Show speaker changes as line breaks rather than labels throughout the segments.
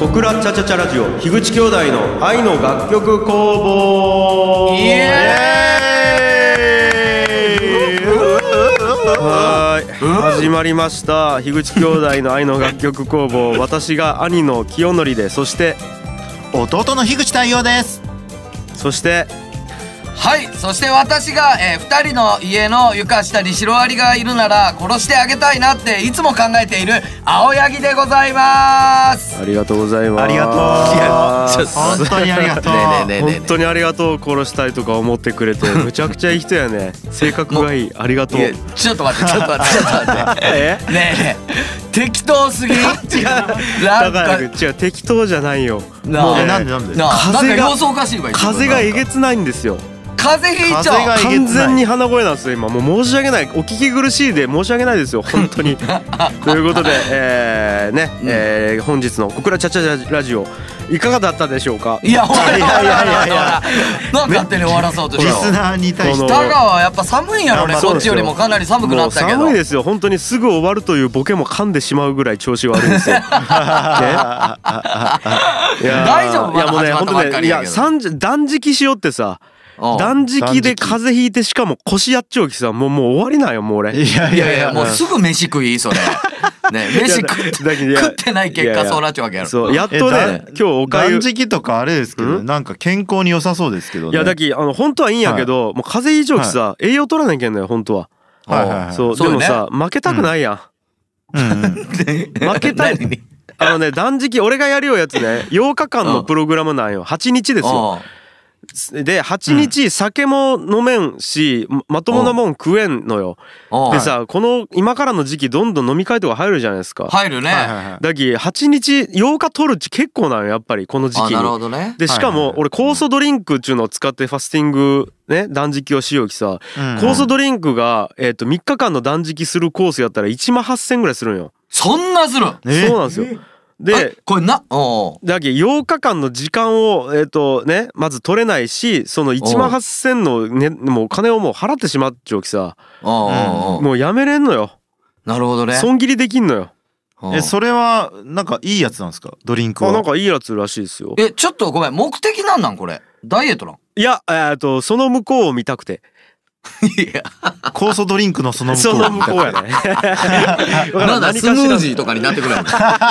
オクラチャチャチャラジオ樋口兄弟の愛の楽曲工房
イエ
はーい始まりました樋口兄弟の愛の楽曲工房私が兄の清則でそして
弟の樋口太陽です
そして
はいそして私が、えー、2人の家の床下にシロアリがいるなら殺してあげたいなっていつも考えている青柳でございます
ありがとうございます
ありがとう
いやちょ
本当にありが とう
ねえねえねえ
本当にありがとう殺したいとか思ってくれてむちゃくちゃいい人やね性格がいいありがとう
いやちょっと待ってちょっと待ってちょっと待って
え
ねえねえ適当すぎ違うな
だ
ん
から
か
違う適当じゃないよ
なあ
もうね
えなんでなんで
なあなん
風
か
が
様子おかしいわ今
風がえげつないんですよ
風邪ひいちゃう
風がえげつない
完全に鼻声なんですよ今もう申し訳ないお聞き苦しいで申し訳ないですよ本 当にということでえー、ね、
うん
えー本日の「小倉チャチャチャラジオ」いかがだったでしょうか
いやほら
いやいやいやいや
なんか勝手に終わらそうと
リ
し
ス
て
ナーに対して
こ
北川はやっぱ寒いんやろね
あまあ
こっちよりもかなり寒くなったけ
もう
ど
寒いですよ本当にすぐ終わるというボケも噛んでしまうぐらい調子悪いですよねいやー
大丈夫
いやもうね
ま
本
だ始まったばっ
当
か
ね
り
い
や
や
けど
三十断食しようってさ
うん
断食で風邪ひいてしかも腰やっちゃうきさもうもう終わりなんよもう俺
いやい
いや
や
い
い
や
や
もうすぐ飯食いそれね飯食っ
だけどい
て
や
食ってない結
いや
果
いや
そうなっちゃうわけやろ
そうやっとね
え
今日おかゆ
断食とかあれですけど
ん
なんか健康に良さそうですけど
い
ね
やだきあの本当はいいんやけど、もう風邪以上きさ、栄養取らなきゃいけんのよ本当は、
はいはいはい
そう
そう
で
よ
も
ね
さ負けたくないやん、
うんうん
負けたい
何に
あのね断食俺がやるようやつね8日間のプログラムなんよ8日ですよ
うん
で8日酒も飲めんしままともなもん食えんのよ
うん
でさこの今からの時期どんどん飲み会とか入るじゃないですか
入るね
はいはいはい
だき8日8日取るっち結構なんよやっぱりこの時
あ
期
なる
に
ほどね
でしか
はいはい
も
はい
俺酵素ドリンクっちゅうのを使ってファスティングね断食をしようきさ
うん
酵素ドリンクがえっと3日間の断食するコースやったら1万8,000ぐらいするんよ
そんなするん
そうなんですよで
あこれなおう
だけど8日間の時間をえっ、とねまず取れないしその1万8,000のねもうお金をもう払ってしまっちゃうきさ
おうおうおう
もうやめれんのよ
なるほどね
損切りできんのよ
うん
えそれはなんかいいやつなんですかドリンク
あ
は
なんかいいやつらしいですよ
えちょっとごめん目的なんなんこれダイエットなん
いやえっとその向こうを見たくて
いや
酵素ドリンクのその向こ
そうの向こうやねわから
なんんだ
何
ス
かしら
ムージーとかになっ てくるの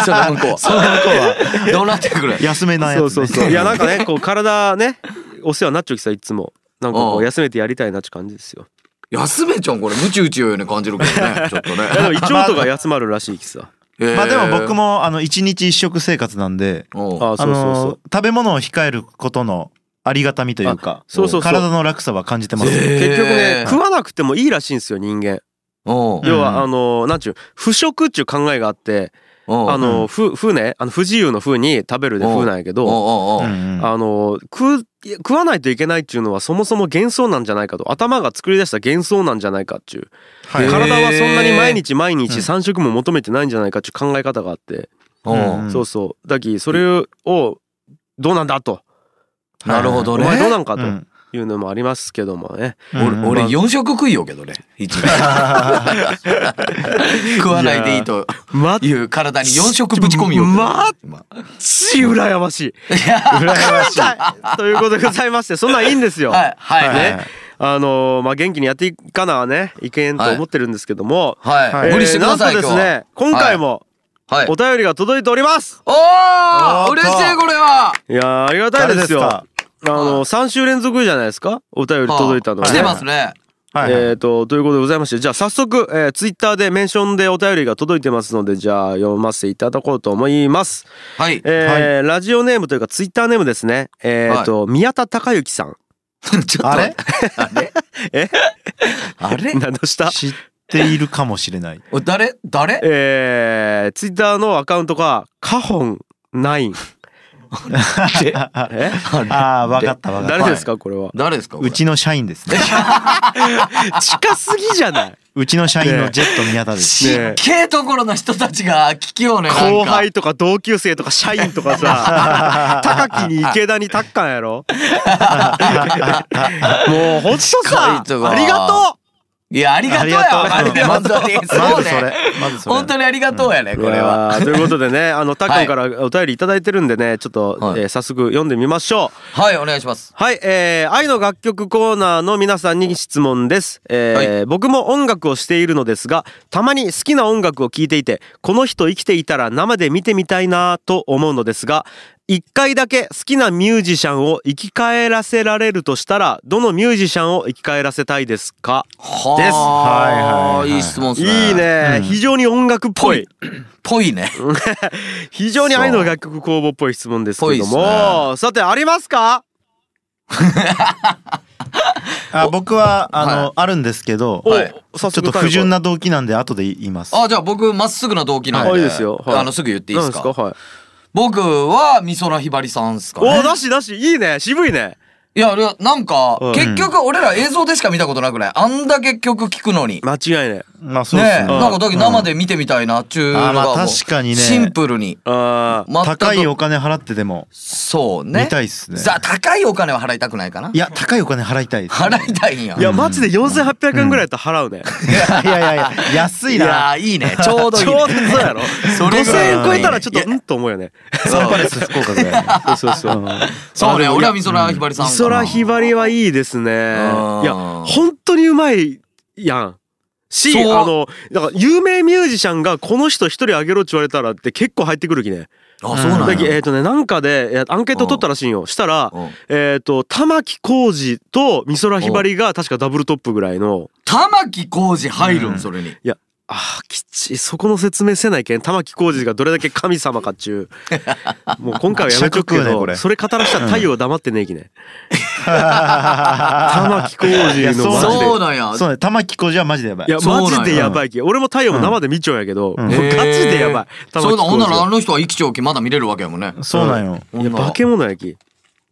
その向こうその向こ うはどうなってくる
休めないやつ、
そ
ね、
うそうそういやなんかねこう体ねお世話になっちゃうきさいつもなんかこ
お
う
う
休めてやりたいなって感じですよ
休めちゃんこれムチ打ちようよね感じるけどねちょっとね
いやでも胃腸とか休まるらしいきさ
えー
まあでも僕もあの一日一食生活なんで
おう
あそうそうそう
あの食べ物を控えることのありがたみというか
そうそうそう
体の楽さは感じてます、
えー
結局ね
へー
食わなくてもいいらしいんですよ人間
おう
要
うん
はあのなんちゅう不食っちゅう考えがあって
おう
あのふふねあの不自由のふに食べるで
うん
ふなんやけど
おうおうおう
うんうん
あの食う食わないといけないっちゅうのはそもそも幻想なんじゃないかと頭が作り出した幻想なんじゃないかっちゅう
はい
へー
体はそんなに毎日毎
う
日
ん
3食も求めてないんじゃないかっちゅう考え方があって
おう
うん
そうそうだきそれをどうなんだと
なるほど
お
ね
前どうなんか
う
と
ん
いうのもありますけどもね
うん
俺
まあ
俺四食食いようけどね一日食わないでいいと
マ
い
ッ
う体に四食ぶち込みようけど
ま
まあ
チ羨ましい 羨ましいということでございましてそんなんいいんですよ
はいはい
はい
ね
はい
あのーまあ元気にやっていかなはねいけんと思ってるんですけども、
は
はい
えー
無理してください
なん
今
と
日
です
は
ね今回も
はい
お便りが届いております、、
お
お
ー
ー
嬉しいこれはい
やーありがたいですよ
誰
あのー、3週連続じゃないですかお便り届いたのは
来てますね
はいはい
えー、とということでございましてじゃあ早速、えー、ツイッターでメンションでお便りが届いてますのでじゃあ読ませていただこうと思います、
はい
えーラジオネームというかツイッターネームですねえー、と、宮田孝之さん
ちょっと
あれ
あれ
え
あれ
何のした
知っているかもしれ ない
お誰誰
えー、ツイッターのアカウントがカホンナインえ
ああわかったわかった
誰ですかこれは
誰ですかこれ
うちの社員ですね
近すぎじゃないう
ちの社員のジェット宮田 です
ちっけえところの人たちが聞きようねなんか
後輩とか同級生とか社員とか さ高木に池田にタッカンやろもうほんと
近い
さ
とこ
ありがと
いやありがとうやわ
ありが
本
とう
当に
ま
そう
ずそれ
ね。
まずそれ。
本当にありがとうやねこれは。
いやーということでねあのたっくんからお便りいただいてるんでねちょっと、
はい
えー早速読んでみましょう
はいお願いします。
はい、えー、愛の楽曲コーナーの皆さんに質問です、えー
は
僕も音楽をしているのですがたまに好きな音楽を聴いていてこの人生きていたら生で見てみたいなと思うのですが一回だけ好きなミュージシャンを生き返らせられるとしたらどのミュージシャンを生き返らせたいですかです
はあ、
はいはいはい
いい質問っすね。
いい。ね、非常に音楽っぽい
ぽいね。
非常に愛の楽曲工房っぽい質問ですけど
ぽいっ
も、さてありますか
あ僕はあの、
はい
あるんですけど、
お
はい
早速
ちょっと不純な動機なんで後で言います。
あじゃあ僕まっすぐな動機なんで。
はいいいですよはい
あのすぐ言っていいですか。
なんはい
僕は美空ひばりさんですかね。
おなしなしいいね渋いね
いやいやなんか
うん
結局俺ら映像でしか見たことなくない。あんだけ曲聴くのに。
間違いね
まあそう
ね
ですね。
えなんかだけど生で見てみたいなっちゅうのが
あまあ
もう
確かにね
シンプルに
あー
全く
高いお金払ってでも
そうね
見たいっすね。
さあ高いお金は払いたくないかない
や高いお金払いたいです。
払いたいんや
いやマジで4800円ぐらいやったら払うね、
いやいやいや安い
いや
な。
ーいいねちょうどいい
ちょうどそう やろ
それぐ
5000
らい
円超えたらちょっ
い
とうんと思うよね
そう
パレス福岡ぐらいね。
そうそうそう
そうね
あでも
俺は美空ひばりさん
美
かな
空ひばりはいいですねい
ん
や本当にうまいやんしあ
そう
のだから有名ミュージシャンがこの人一人あげろって言われたらって結構入ってくるきね
あそうなん
だ
や
けえっ、とねなんかでえーアンケート取ったらしいんよしたら
うん
えっ、と玉置浩二と美空ひばりが確かダブルトップぐらいの
玉置浩二入る
うんん
それに
あーきっちいそこの説明せないけん玉置浩二がどれだけ神様かっちゅ うもう今回はやめとくけ
尺食うね
ど、
これ
それ語らしたら太陽黙ってねえきね玉
玉
置浩二のマジで
そうなんや
そうね玉置浩二はマジでやばい。
いや
そうなん
マ
や
ジでやばいき俺も太陽も生で見ちゃうんやけど、
うん
もうガチでやばい玉
そう
置
だほ
浩
ん
二
ならあ
は
の人は生き長期まだ見れるわけやもんね
そうなんよ。
いや化け物やき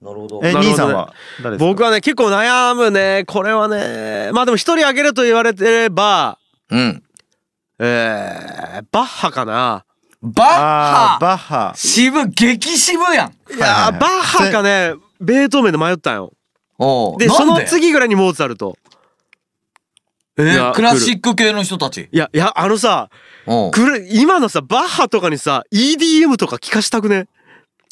なるほど
え
なるほどね
兄さんは誰ですか。
僕はね結構悩むねこれはねまあでも一人あげると言われてれば
うん
えー、バッハかな
バッ
あ
ハ
ーバッハ。
渋激渋やん
いや
はいはい
ー
はい
バッハかねベートーベンで迷ったんよ
おう
で
なん
その次ぐらいにモーツァルト
え
いや
ークラシック系の人たち
いやいやあのさ
おう
くる今のさバッハとかにさ EDM とか聞かしたくね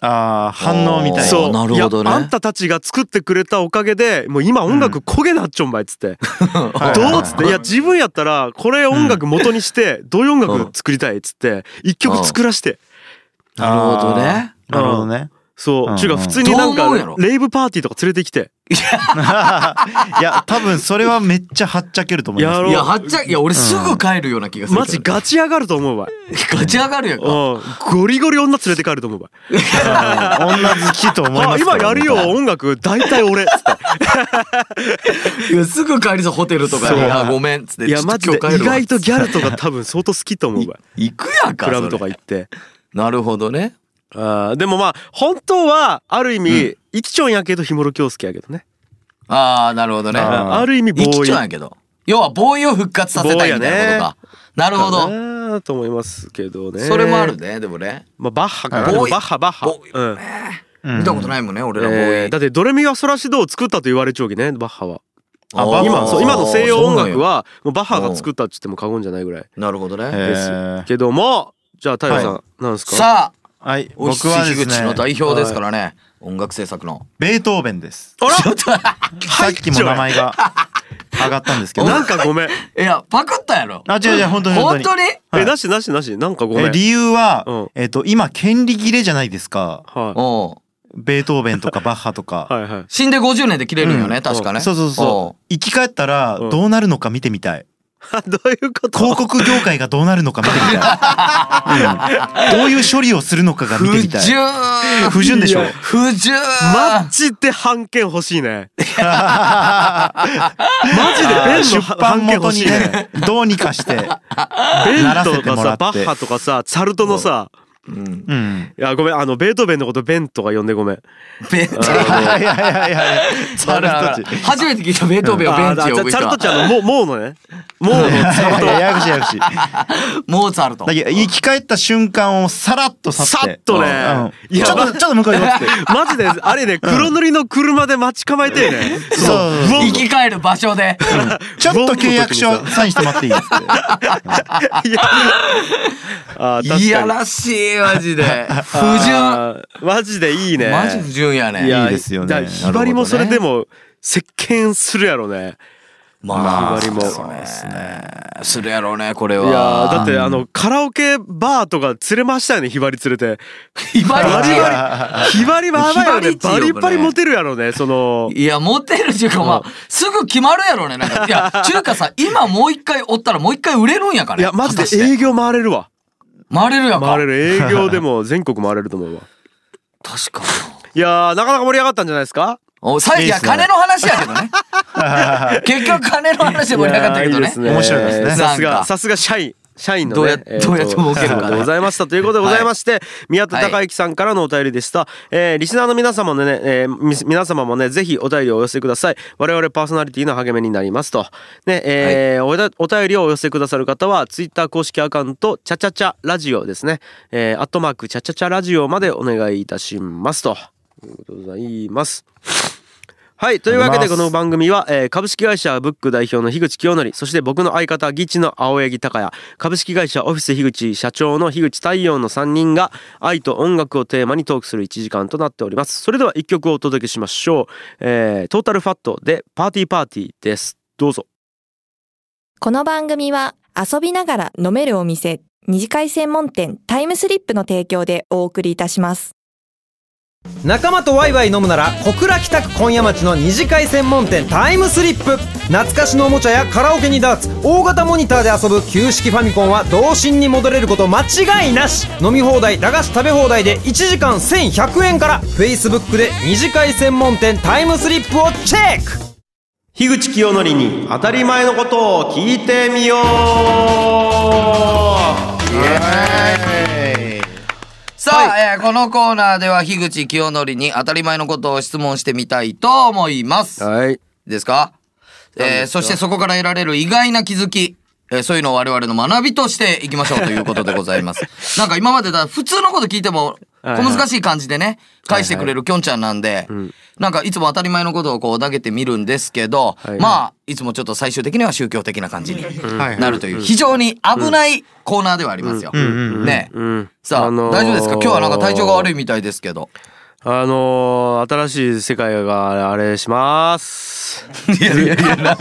ああ反応みたい
あ
な。
そう
なるほどね
いやあんたたちが作ってくれたおかげでもう今音楽焦げなっちょんばいっつって、
はいはいはい
どうっつっていや自分やったらこれ音楽元にしてどういう音楽作りたいっつって一曲作らして
なるほどね
なるほどね。
そう
うん
ちゅうか普通になん
どう
か
思うやろ
レイブパーティーとか連れてきて
いや多分それはめっちゃはっちゃけると思います
やろう
いやはっちゃいや俺すぐ帰るような気がする
マジガチ上がると思うわ
ガチ上がるやんか
うんゴリゴリ女連れて帰ると思うわ
うん女好きと思い
あ
ますか
今
ら
やるよ音楽大体俺っつって
いやすぐ帰りそうホテルとかに
そう
あごめんっつ って
いや
ちょ
マ
っ
ジ
と
で
今日
意
帰るわ
外とギャルとか多分相当好きと思うわ
行くやんか
クラブとか
それ
行って
なるほどね
あーでもまあ本当はある意味生きちょんやけど氷室京介やけどね
ああなるほどね
あー
ある意味ボ
生き
ーイ
ちゃうんやけど要はボーイを復活させたいみたいなことかなるほ
か
ど
なと思いますけどね
それもあるねでもね
まあバッハかな
ボーイ
バッハバッハ
ボーイ
うん
うん
見たことないもんね俺らボ
え
ー
ー
イ
だってドレミファソラシドを作ったと言われちょうきねバッハは
あ
あー
今そう今の西洋音楽
そうなんや
はもうバッハが作ったって言っても過言じゃないぐらい
なるほどね
え
です
ー
けどもじゃあ太陽さん
は
なんですか
さあ
はい
オフィス
僕はです
樋口の
ね
代表ですからね音楽制作の
ベートーベンです
あら
さっきも名前が上がったんですけ ど
なんか ごめん
いやパクったやろ
あ違う違う本当に
本
本当
当
に
に
えなしなしなしなんかごめ
え
ん
理由
う
は
ん
えっと今権利切れじゃないですか
はい
おう
ベートーベンとかバッハ とか
はいはい。
死んで50年で切れるんよね確かね
そうそう
お
そう生き返ったら
うん
どうなるのか見てみたい
どういう こと
広告業界がどうなるのか見てみたいうんどういう処理をするのかが見て
不
みた
純
い不純でしょ
いや
不純
マジで判件欲しい ね。マジでベン
出
の判
版
件
元
欲しい
に
ね。
ねどうにかして
ベン
なら
と
せて
か
もら
さ
って
バッハとかさサルトのさ
うん
うん
いやごめんあのベートーベンのことベンとか呼んでごめん。
ベンチ
いやいやいやいやいや
あらあら
猿たち
初めて聞いたベートーベンをベンチを
あ
呼ぶ
ーサ
人
ルト
は
ちゃんのモモーの ねモーのサル
い
ト
やややこしいややこしいだ
モーツァルト
けど生き返った瞬間をさらっと去って
さっとね
うん
いや
ちょっとちょっと向こうに寄って
マジであれね黒塗りの車で待ち構えてね。
そう
うわ
生き返える場所で。
ちょっと契約書サインしてもらっていいって。
あー確かに
いやらしい、マ ジで。不純。
あーマジでいいね
マジ不純やね。
いや
いいですよね
だからひばりも
なるほ
そ
どね
れでも石鹸するやろね
まあ、
ひばりも
そうですね。するやろうね、これ
い
は。
やーだってあのカラオケバーとか連れましたよねひばり連れて
ひばり
バリ
ちゃん
バリひばりはやばいよね
ひば
バ
り一
リ
呼ぶね
バリモテるやろねその
いや、モテるっていうか、まあ、すぐ決まるやろね。なんか、いや、 中華さ、今もう一回おったらもう一回売れるんやから。
いやマジ
果たし
で
て
営業回れるわ
回れるやんか。
回れる営業でも全国回れると思うわ
確かに。
いやーなかなか盛り上がったんじゃないですか
おさい
いいっ
や、
すね
金の話やけどね。 結局金の話で盛り上がったけ
いやーいい
どね
です。ね
面白いですね
さす
なん
が
か
さすが社員社員のね
どう
え
や
ーと
どうやって儲けるかね
そうでございましたということでございまして、宮田孝之さんからのお便りでした、えーリスナーの皆様もね、えーみ皆様もねぜひお便りをお寄せください我々パーソナリティの励みになりますとねえーおだお便りをお寄せくださる方はツイッター公式アカウントチャチャチャラジオですねえーアットマークチャチャチャラジオまでお願いいたしますということでございますはいというわけでこの番組は、えー株式会社ブック代表の樋口清則そして僕の相方ギチの青柳孝也株式会社オフィス樋口社長の樋口太陽の3人が愛と音楽をテーマにトークする1時間となっておりますそれでは1曲をお届けしましょう、えートータルファットでパーティーパーティーですどうぞ
この番組は遊びながら飲めるお店、二次会専門店タイムスリップの提供でお送りいたします。
仲間とワイワイ飲むなら小倉北区今夜町の二次会専門店タイムスリップ懐かしのおもちゃやカラオケにダーツ大型モニターで遊ぶ旧式ファミコンは童心に戻れること間違いなし飲み放題駄菓子食べ放題で1時間1100円から Facebook で二次会専門店タイムスリップをチェック
樋口清則に当たり前のことを聞いてみよう
さあ、えーこのコーナーでは樋口清則に当たり前のことを質問してみたいと思います。
はい
ですかえーそしてそこから得られる意外な気づき、えーそういうのを我々の学びとしていきましょうということでございます。なんか今までだ普通のこと聞いても
はい
小
はい
難しい感じでね、返してくれるきょんちゃんなんで、なんかいつも当たり前のことをこう投げてみるんですけど、
はい
まあいつもちょっと最終的には宗教的な感じに
はい
なるという非常に危ないコーナーではありますよ。ねえ
うん
さあ、
あのー
大丈夫ですか今日はなんか体調が悪いみたいですけど。
あのー、新しい世界があれします。
いやいやいや、な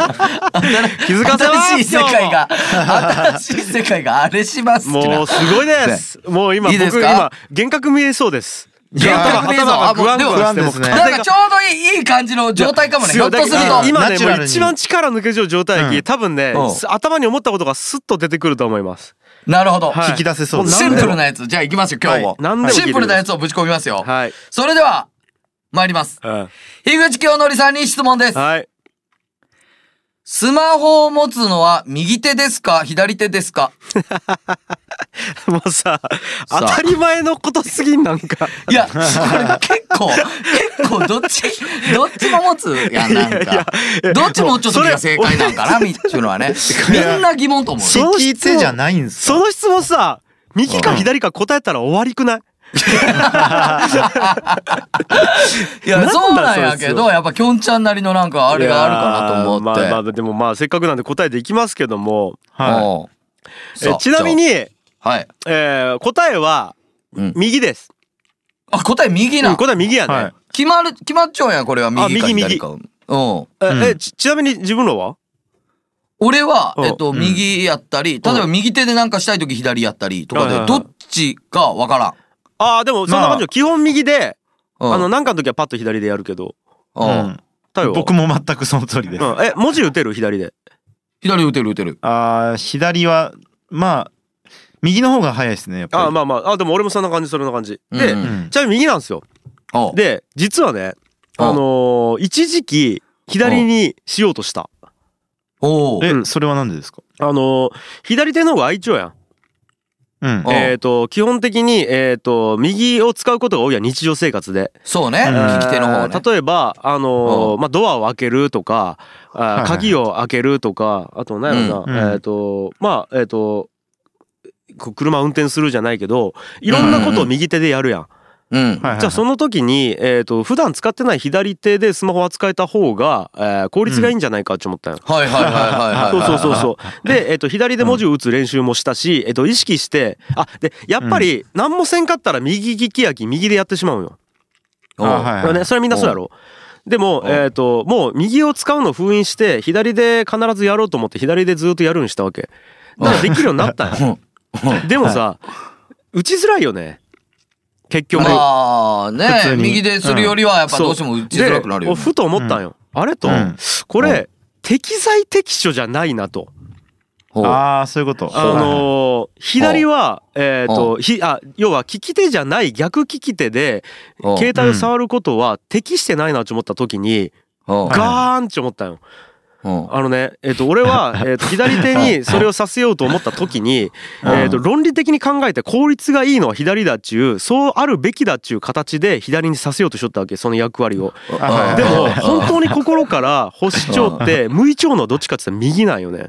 気づかせます
新しい世界が、新しい世界があれしますってな
もうすごいです。もう今
いいです
僕
か
今幻覚見えそうです。
幻覚見えそう
頭が
あもう
グワングワンして
でも
もう
不安
なん
風
か
が
ちょうどいいいい感じの状態かもね。ひょっとすると。
だから今ね
ナチュ
も
ラルに
う一番力抜けちゃう状態やき、
うん
多分ね、
うん
す頭に思ったことがスッと出てくると思います。
なるほど。
はい
引き出せそう
も
です
シ
何
ン
で
プ
も
ルなやつ。じゃあ行きますよ、今日も。
はい何でもいける
シンプルなやつをぶち込みますよ。
はい。
それでは、参ります。
うん
樋口清則さんに質問です。
はい。
スマホを持つのは右手ですか左手ですか
もうさ、
あ
当たり前のことすぎんなんか。
いや、これ結構、結構どっち、どっちも持つやん、なん
いやい
か
や。
どっちも持っちょっとが正解なんかな、みっていうのはね。みんな疑問と思う。
その質問
聞いてじゃないんです
そ
か
の質問さ、右か左か答えたら終わりくない
いや、そうなんやけ
なんだ
ど、やっぱきょんちゃんなりのなんかあれがあるかなと思っ
い
て。
やーまあまあでもまあせっかくなんで答えていきますけども、
は
うん
え
さあ
ちなみに、え
じゃあはい。
ー答えは
うん
右です、
あ、答え右
うん
な。
答え右や
い。
ね、
はい。
決まる、決まっちゃうやん、これは
あ
右か
右
左か。うん。
え
うん
えちちなみに自分らは
俺は、
うん
えっと、
うん
右やったり、例えば右手でなんかしたいとき左やったりとか
はいはいは
で、
い
どっちかわからん。
ああでもそんな感じ
ま
よ
あ
基本右で、
うん
あのなんかの時はパッと左でやるけど
うん
太陽は
僕も全くその通りです。
うん、え文字打てる左で
左打てる打てる。
あー左はまあ右の方が早いですねやっぱり。
あーまあまああでも俺もそんな感じそんな感じで、
うん
う
うん
ん
ちなみに右なんですよ
うん
で実はね
うん
あのー一時期左にしようとした
お
う
お。
ん
えそれはなんでですか。
あのー左手の方が愛嬌やん
うん
あ。
えー、と基本的に、えー、と右を使うことが多いやん日常生活で、
そうね。
うん
利き手の方ね。
例えば、あのーまあ、ドアを開けるとか
い
あ
はい
鍵を開けるとかあと何やろな、
うんうん
えー、とまあえっ、とこう車運転するじゃないけどいろんなことを右手でやるやん、
うん。
はいはいはい
じゃあその時に、えー、と普段使ってない左手でスマホを扱えた方が、えー効率がいいんじゃないかって思ったよ。
はいはいはいはいはい
そう
はい。
そうそうそう。で、えっと、左で文字を打つ練習もしたし、えっと、意識して、あ、で、やっぱり、何もせんかったら右利きやき、右でやってしまうよ。
おう。
あはい
だからね、それはみんなそうやろ。でも、えっと、もう、右を使うのを封印して、左で必ずやろうと思って、左でずっとやるようにしたわけ。だからできるようになったんよ。でもさ、打ちづらいよね。結局。
まあ
普
ね
通に
右でするよりはやっぱ
そ
どうしても打ちづらくなるよ
で
ね。
ふと思ったんよ。あれと
うん、
こ
う
れ、適材適所じゃないなと。
ほう
ああそういうこと
あのー左はえっ、と
ほ
ひあ要は利き手じゃない逆利き手で
ほう
携帯を触ることは適してないなと思った時に
ほう
ガーンって思ったよ。
ほう
あのねえっ、と俺 はえーと左手にそれをさせようと思った時に
うん
えーと論理的に考えて効率がいいのは左だっちゅうそうあるべきだっちゅう形で左にさせようとしとったわけその役割を。
あ
で
う
も
ん
本当に心から星蝶って向い蝶のどっちかって言ったら右なんよね。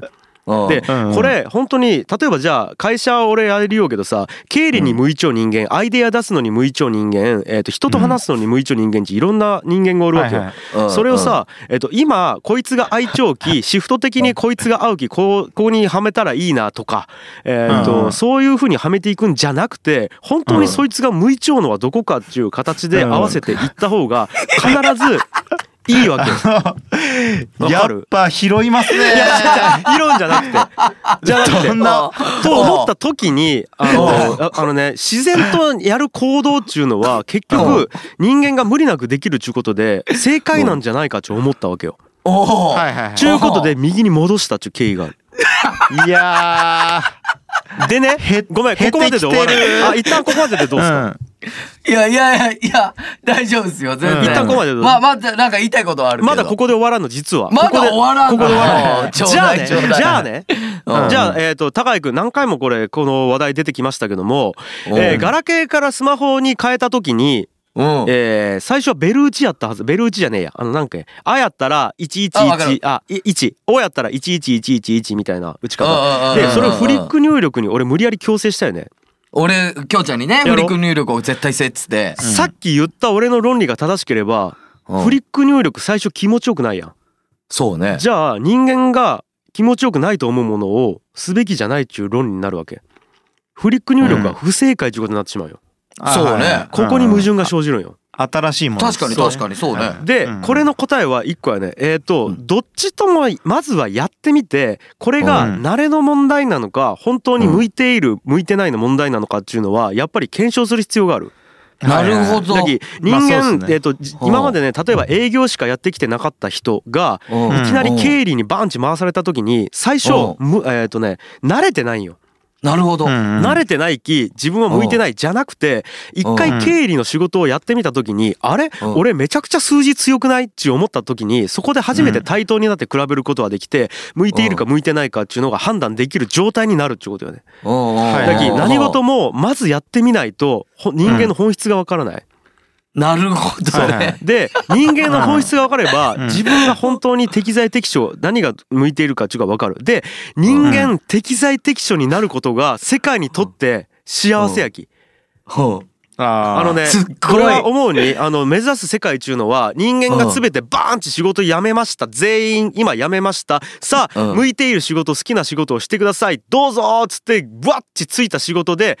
うん
で、
うん
これ本当に例えばじゃあ会社俺やるようけどさ経理に向いちょう人間、アイデア出すのに向いちょう人間、えー、と人と話すのに向いちょう人間っていろんな人間がおるわけよ。
はいはい
うん
それをさ、えっと、今こいつが愛聴期 シフト的にこいつが合う期こうここにはめたらいいなとか、えっ
うんう
と
ん
そういうふうにはめていくんじゃなくて本当にそいつが向いちょうのはどこかっていう形で合わせていった方が必ずいいわけよ。 わ
や
か
っ
る
ぱ拾いま す
い
ね
やじゃあ議論じゃなくてじゃなくて
そんな
と思った時にあのああのね自然とやる行動っちゅうのは結局人間が無理なくできるっちゅうことで正解なんじゃないかちゅう思ったわけよ。
おお
はいはい
ち
は
ゅうことで右に戻したっちゅう経緯がある。
いいや
でね
へ
ごめんここまでで終わ
減ってきて
る。
る
あ一旦ここまででどうすか。
ーうん
いやいやいやいや大丈夫ですよ全然。
うん一旦
ここまでどうぞ
まあまだなんか言いたいことはあるけど。
まだここで終わらんの実は。
まだ
ここで
終わらんの
ここで終わらんの。
ちょう
じゃあ
だい
ね、
ちょうだい
じゃあね、
うん
じゃあえっと高井君何回もこれこの話題出てきましたけども、
うん
えーガラケーからスマホに変えた時に。
うん。
えー最初はベル打ちやったはずベル打ちじゃねえやあのなんかあやったら
あわか
111
る
あい1おやったら11111みたいな打ち
うんうんうんう
方
ん
でそれをフリック入力に俺無理やり強制したよね
俺きょうちゃんにね
ろ
フリック入力を絶対せっつって。
さっき言った俺の論理が正しければ
うん
フリック入力最初気持ちよくないやん
そうね。
じゃあ人間が気持ちよくないと思うものをすべきじゃないっていう論理になるわけフリック入力は不正解ということになってしまうよ
そうね
ここに矛
うん
盾が生じるんよ
新しいもの
確かに
そう
確かにそうね。
で
うん
これの答えは1個はねえっとどっちともまずはやってみてこれが
うん
慣れの問題なのか本当に向いている向いてないの問題なのかっていうのはやっぱり検証する必要がある
なるほど。
だき人
まあそうっ
間
すね
えっとじ
ほう
今までね例えば営業しかやってきてなかった人が
うん
いきなり経理にバンチ回された時に最初
う
むえっとね慣れてないんよ
なるほど。
うんうん
慣れてないき自分は向いてないじゃなくて一
う
回
ん
経理の仕事をやってみた時にあれ
うん
俺めちゃくちゃ数字強くないって思った時にそこで初めて対等になって比べることはできて向いているか向いてないかっていうのが判断できる状態になるってことよね。
うんうん
はい
だき
うん
何事もまずやってみないとほ人間の本質がわからない。
なるほど
はいはい
ね。
で人間の本質が分かれば
うん
自分が本当に適材適所何が向いているかっていうか分かるで人間適材適所になることが世界にとって幸せやき
ほう
あー
あのね
すっごい
これは思うにあの目指す世界中のは人間が全てバーンって仕事辞めました全員今辞めましたさあ
うん
向いている仕事好きな仕事をしてくださいどうぞーっつってわっちついた仕事で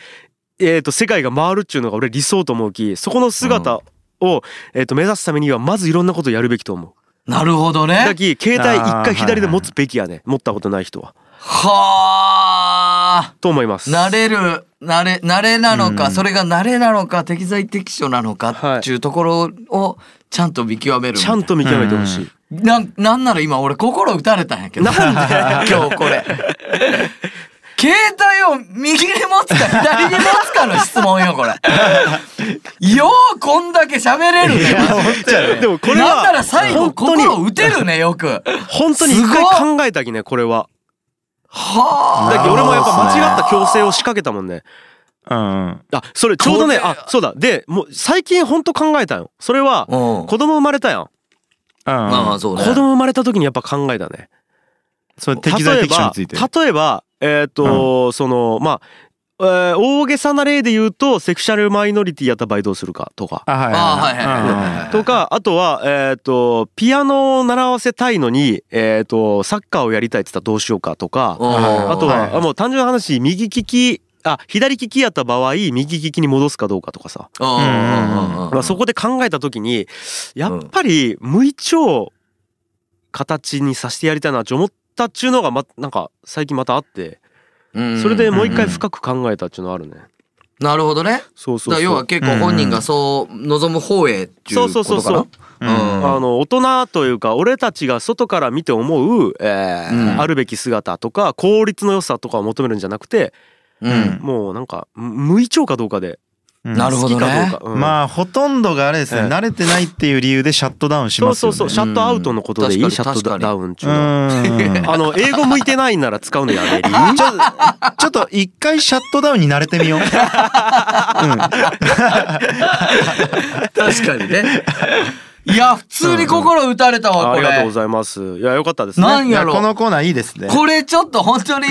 えーと世界が回るっちゅうのが俺理想と思うきそこの姿をえーと目指すためにはまずいろんなことをやるべきと思う。
なるほど
だ
ね。
き携帯
あ
一
ー
回左で持つべきやね持ったことない人は。
はあ。
と思います。
慣れる、慣れ、慣れなのか、
うん
それが慣れなのか、適材適所なの
は
か
い
っていうところをちゃんと見極めるみ
ち
た
ゃ
いな。
んと見極めてほしい。
なん、 なんなら今俺心打たれたんやけど。
なんで
今日こ れ。携帯を右に持つか左に持つかの質 問よ、これ。ようこんだけ喋れる ね。
でもこれ
なんなら
は
最後
本当に
心打てるね、よく。
本当に一回考えたきねこれは。
はあ。
だけど俺もやっぱ間違った強制を仕掛けたもんね。
うんうん
あそれちょうどね
これ
あそうだでもう最近本当考えたよ。それは
うん。
子供生まれたやん。
まあまあそう
子
ね。
供生まれた時にやっぱ考えたね。
それ適材適所について
例えば例えばえっとそのまあえー大げさな例で言うとセクシャルマイノリティやった場合どうするかとか。
あはい
あはいはいはいはい
とかあとは、えー、とピアノを習わせたいのに、えー、とサッカーをやりたいって言ったらどうしようかとか
うん
あとは、
はいはい
あもう単純な話右利きあ左利きやった場合右利きに戻すかどうかとかさ、
うんうんうんうん
まあ、そこで考えた時にやっぱり無一丁形にさせてやりたいなって思ったっちゅうのが、ま、なんか最近またあって
うん
それでもう一回深く考えたっちゅうのあるね。
なるほどね
そう
だ
そうそ
から
う
要は結構本人がそう望む方へっていうことか
そ
な
うそうそうそう
うん
あの大人というか俺たちが外から見て思う、えー
うん
あるべき姿とか効率の良さとかを求めるんじゃなくて
うん、
もうなんかむ無意調かどうかで
うん
なるほどね
好きかどうか、うん
まあほとんどがあれですね、
ええ
慣れてないっていう理由でシャットダウンし
そう
ます
そ
よ
う
ね
そうシャットアウトのことでいい、
うん
シャッ
確か
ト
に
ダウンっちゅう
う
のは
ーん
あの英語向いてないなら使うのやめり
ちょっとちょっと一回シャットダウンに慣れてみよう、う
確かにねいや普通に心打たれたわ
あ
こ
り
れ
がとうございますいやよかったですね
なん
ん、い
や
や
ろ
このコーナーいいですね
これちょっと本当に、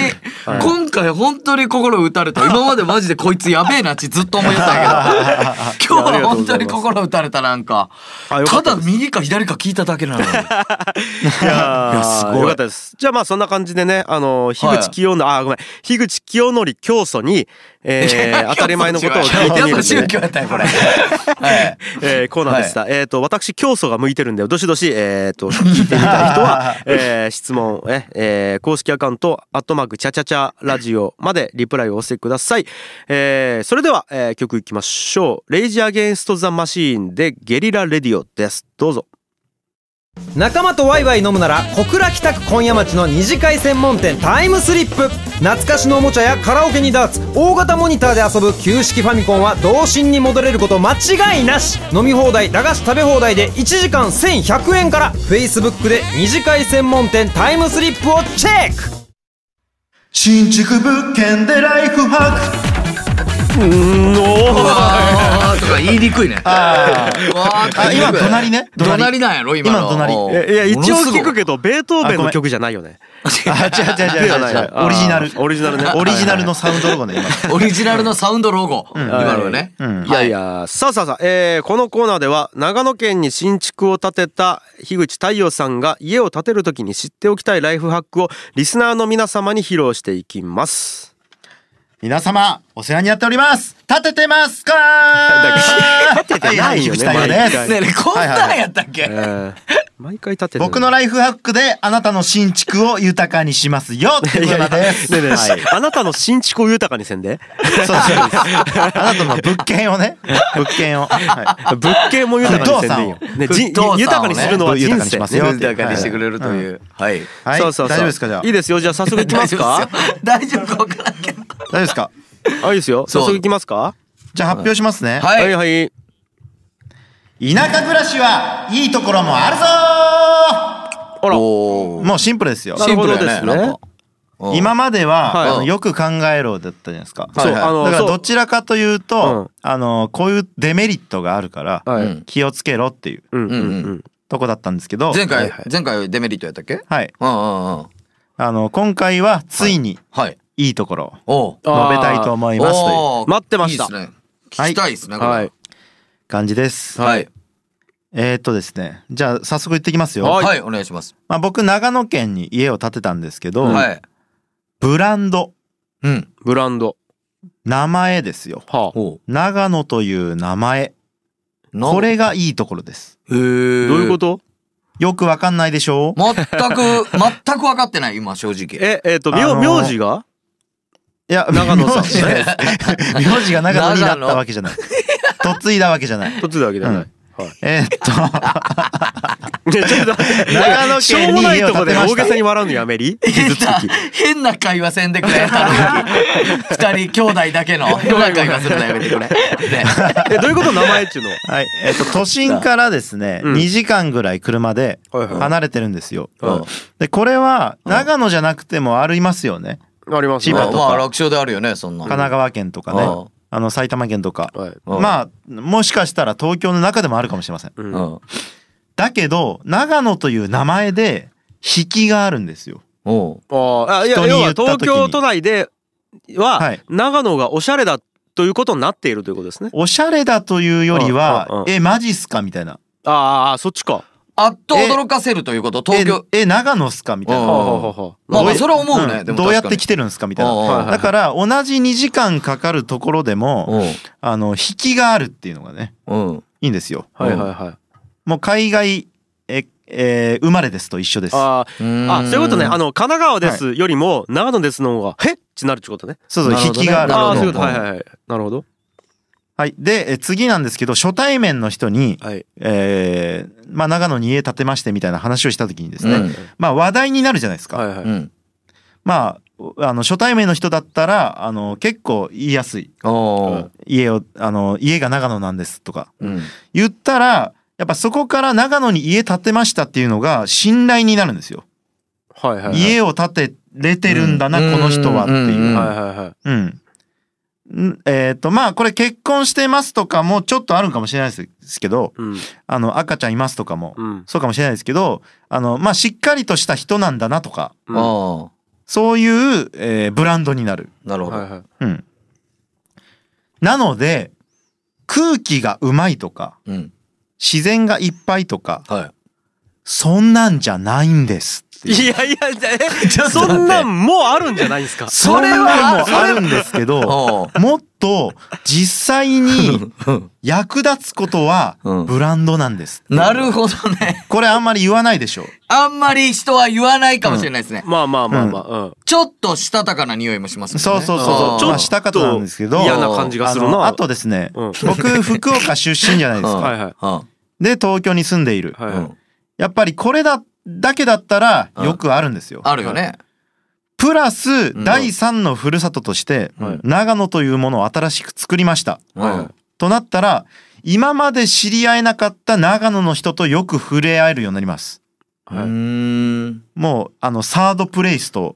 はい
今回本当に心打たれた。今までマジでこいつやべえなってずっと思ってた けど、今日は本当に心打たれたなんか、
あよか
た
った
だ
です
右か左か聞いただけなのに。
いや
い
ー
やすごい
よかったです。じゃあまあそんな感じでね、あのー
はい
樋口清の、あごめん樋口清則教祖に、えー当たり前のことを聞いてみ
や
る
っぱ
っていう
宗教やったよ、これ。はい
えー、コーナーでした。えっ、と私教祖が向いてるんでどしどしえっ、と聞いてみたい人 は、えー質問ええー公式アカウントアットマークチャチャチャラジオまでリプライをお寄せください。えーそれでは、えー曲いきましょう。レイジアゲンストザマシーンでゲリラレディオです。どうぞ。
仲間とワイワイ飲むなら小倉北区今夜町の二次会専門店タイムスリップ懐かしのおもちゃやカラオケにダーツ大型モニターで遊ぶ旧式ファミコンは童心に戻れること間違いなし飲み放題駄菓子食べ放題で1時間1100円から Facebook で二次会専門店タイムスリップをチェック
新築物件でライフハック
わーとか言いにくいね。
あー
わーとか
あ
言いに
今
くい
隣ね
隣なんやろ、今の。
今の
お
い
隣
ー
やいや一応聞く
ものす
けどベートーベン
あごめ
の
ん
曲じゃないよね。
あ違う違う違う違う違うオリジナル
あーオリジナルね。
オリジナル
の
のサウンドロゴね今
ごいオリジナルのサウンドロゴ。今のね。
うん
いやいや、さあさあさあ、えーこのコーナーでは長野県に新築を建てた樋口太陽さんが家を建てる時に知っておきたいライフハックをリスナーの皆様に披露していきます。
皆様お世話になっております立ててます か
立ててないよね
はは
毎
です
回
ねえねえこんなんやったっけ
えー毎回建ててる
僕のライフハックであなたの新築を豊かにします よっていうことです。
ねえねえ
はい
あなたの新築を豊かにせんで
そうそうあなたの物件をね、物件を。はい
物件も豊かにせんでいいよ
不動、
ね、じ
不動産をね
豊かにするのは人
豊かに
生
します
ね
よ
豊かにしてくれるという。はい。
はい、
そうそうそう
大丈夫ですかじゃあ。
いいですよじゃあ早速いきますか
大丈夫か分からんけど。
大丈夫ですか。
あいいですよ
そう
早速いきますか
じゃあ発表しますね。
はい
はいはい
田舎暮らしはいいところもあ
あら
お
る
お
ぞ。もうシンプルですよ。
なるほどですね
シンプルやねなんかうん
今までは、
はい
あのよく考えろだったじゃないですか。
そう
はいはい
あの
だから
そう
どちらかという
う
と
ん、
あのこういうデメリットがあるから
はい、
うん
気をつけろっていう
うんうん
うんう
うん
とこだったんですけど、
前
はい
回
はい
前回デメリットやったっけ
はい、
うんうんうん
あの今回はついに
はい
いいところを
おう
あー
述べたいと思いますという
おー
待ってました
いいですね聞きたいですねこれ
はい
感じです。
はい
えー、っとですね、じゃあ早速言ってきますよ。
はい
はいお願いします
まあ僕長野県に家を建てたんですけど、
はい
ブランド
うん
ブランド
名前ですよ。
はあ
おう
長野という名前、
な
これがいいところです。
へえ
どういうこと
よくわかんないでしょう。
全く全く分かってない今正直
ええっと
あの
名
ー
名字が
いや
長野さん
名字じゃないです名字が長野になったわけじゃない。嫁いだわけじゃない。
一つだけじゃない
えー、っ と
いやちょっと待って
長野
しょう
県に
もない
家を
と
建
こで
てま
大
し
げさ
た。
に笑うのやめり
変
傷つき
な変な会話せんでくれ二人兄弟だけの変な会話するのやめてくれね
えどういうこと名前っちゅうの
はい、えーっと都心からですね、
うん
2時間ぐらい車で
はいはい
離れてるんですよ。
うん
でこれは長野じゃなくてもありますよね。
あります
千
ま
葉
あ
と
ま
か
あ楽勝であるよねそんな
神奈川県とかね、
うん
あの埼玉県とか、
はい
うん
まあもしかしたら東京の中でもあるかもしれません。
うん
うん
だけど長野という名前で引きがあるんですよ。
おう
あーあいや
人に
要
言
は
った時に
東京都内では
はい
長野がおしゃれだということになっているということですね。
おしゃれだというより
うんうん
は
う、ん
え、マジっすかみたいな。
ああそっちか。
あっと驚かせるということ東京
え、え長野っすかみたい
うん
な。
ほうほうほう
まあまあ
ど
それは思うね
ん
でも確かに
どうやって来てるんですかみたい
うん
はいはい
な。だから、同じ2時間かかるところでも、
う
あの、引きがあるっていうのがね、
んうん
いいんですよ。
はいはいはい。
もう海外、え、えー生まれですと一緒です。
あーあそういうことね。あの神奈川ですよりも長野ですの方がへっってなるってことね。
そうそう、
なる
引
ほどね
きがある。
なる
あ
ほ
あー
ど
そういうことはいはいはい。なるほど。
はい。で、え次なんですけど、初対面の人に、
はい。
えーまあ、長野に家建てましてみたいな話をした時にですね、
うん
まあ、話題になるじゃないですか。
はいはい。
うん
まあ、あの、初対面の人だったら、あの、結構言いやすい。
おー
家を、あの、家が長野なんですとか。
うん
言ったら、やっぱそこから長野に家建てましたっていうのが信頼になるんですよ。
はいはいはい。
家を建てれてるんだな、
うん
この人はって
うんうん
いうう。
ん
はいはいはい。
うん。んえっ、と、まあ、これ結婚してますとかもちょっとあるかもしれないですけど、
うん
あの、赤ちゃんいますとかも、
うん
そうかもしれないですけど、あの、まあ、しっかりとした人なんだなとか、
うん。は
あ
そういう、えーブランドになる。
ーなる
い
ほど
はい。
うん。なので、空気がうまいとか、
うん
自然がいっぱいとか、
はい
そんなんじゃないんですっていう。
いやいやいや、え
ちょっと待っ
そ
て
んなんもうあるんじゃないですか。
それはもあるんですけど、
おー
もっと実際に 役立つことは
うん
ブランドなんです。
なるほどね
これあんまり言わないでしょ。
あんまり人は言わないかもしれないですね
まあまあまあまあ。うん。
ちょっとしたたかな匂いもしますもんね
そうそうそう
あ
そ
ー
う。
ちょっと
まあしたかったんですけど、
嫌な感じがする
あの
な。
あとですね、
うん
僕福岡出身じゃないです
うん
か。
はいはい。
あ
で東京に住んでいる。
はい
ーうん
やっぱりこれだだけだったらよくあるんですよ。
あるよね
プラス
ん
第三のふるさととして
はい
長野というものを新しく作りました。
はい
うん
となったら今まで知り合えなかった長野の人とよく触れ合えるようになります。
う
はい
ーん
もうあのサードプレイスと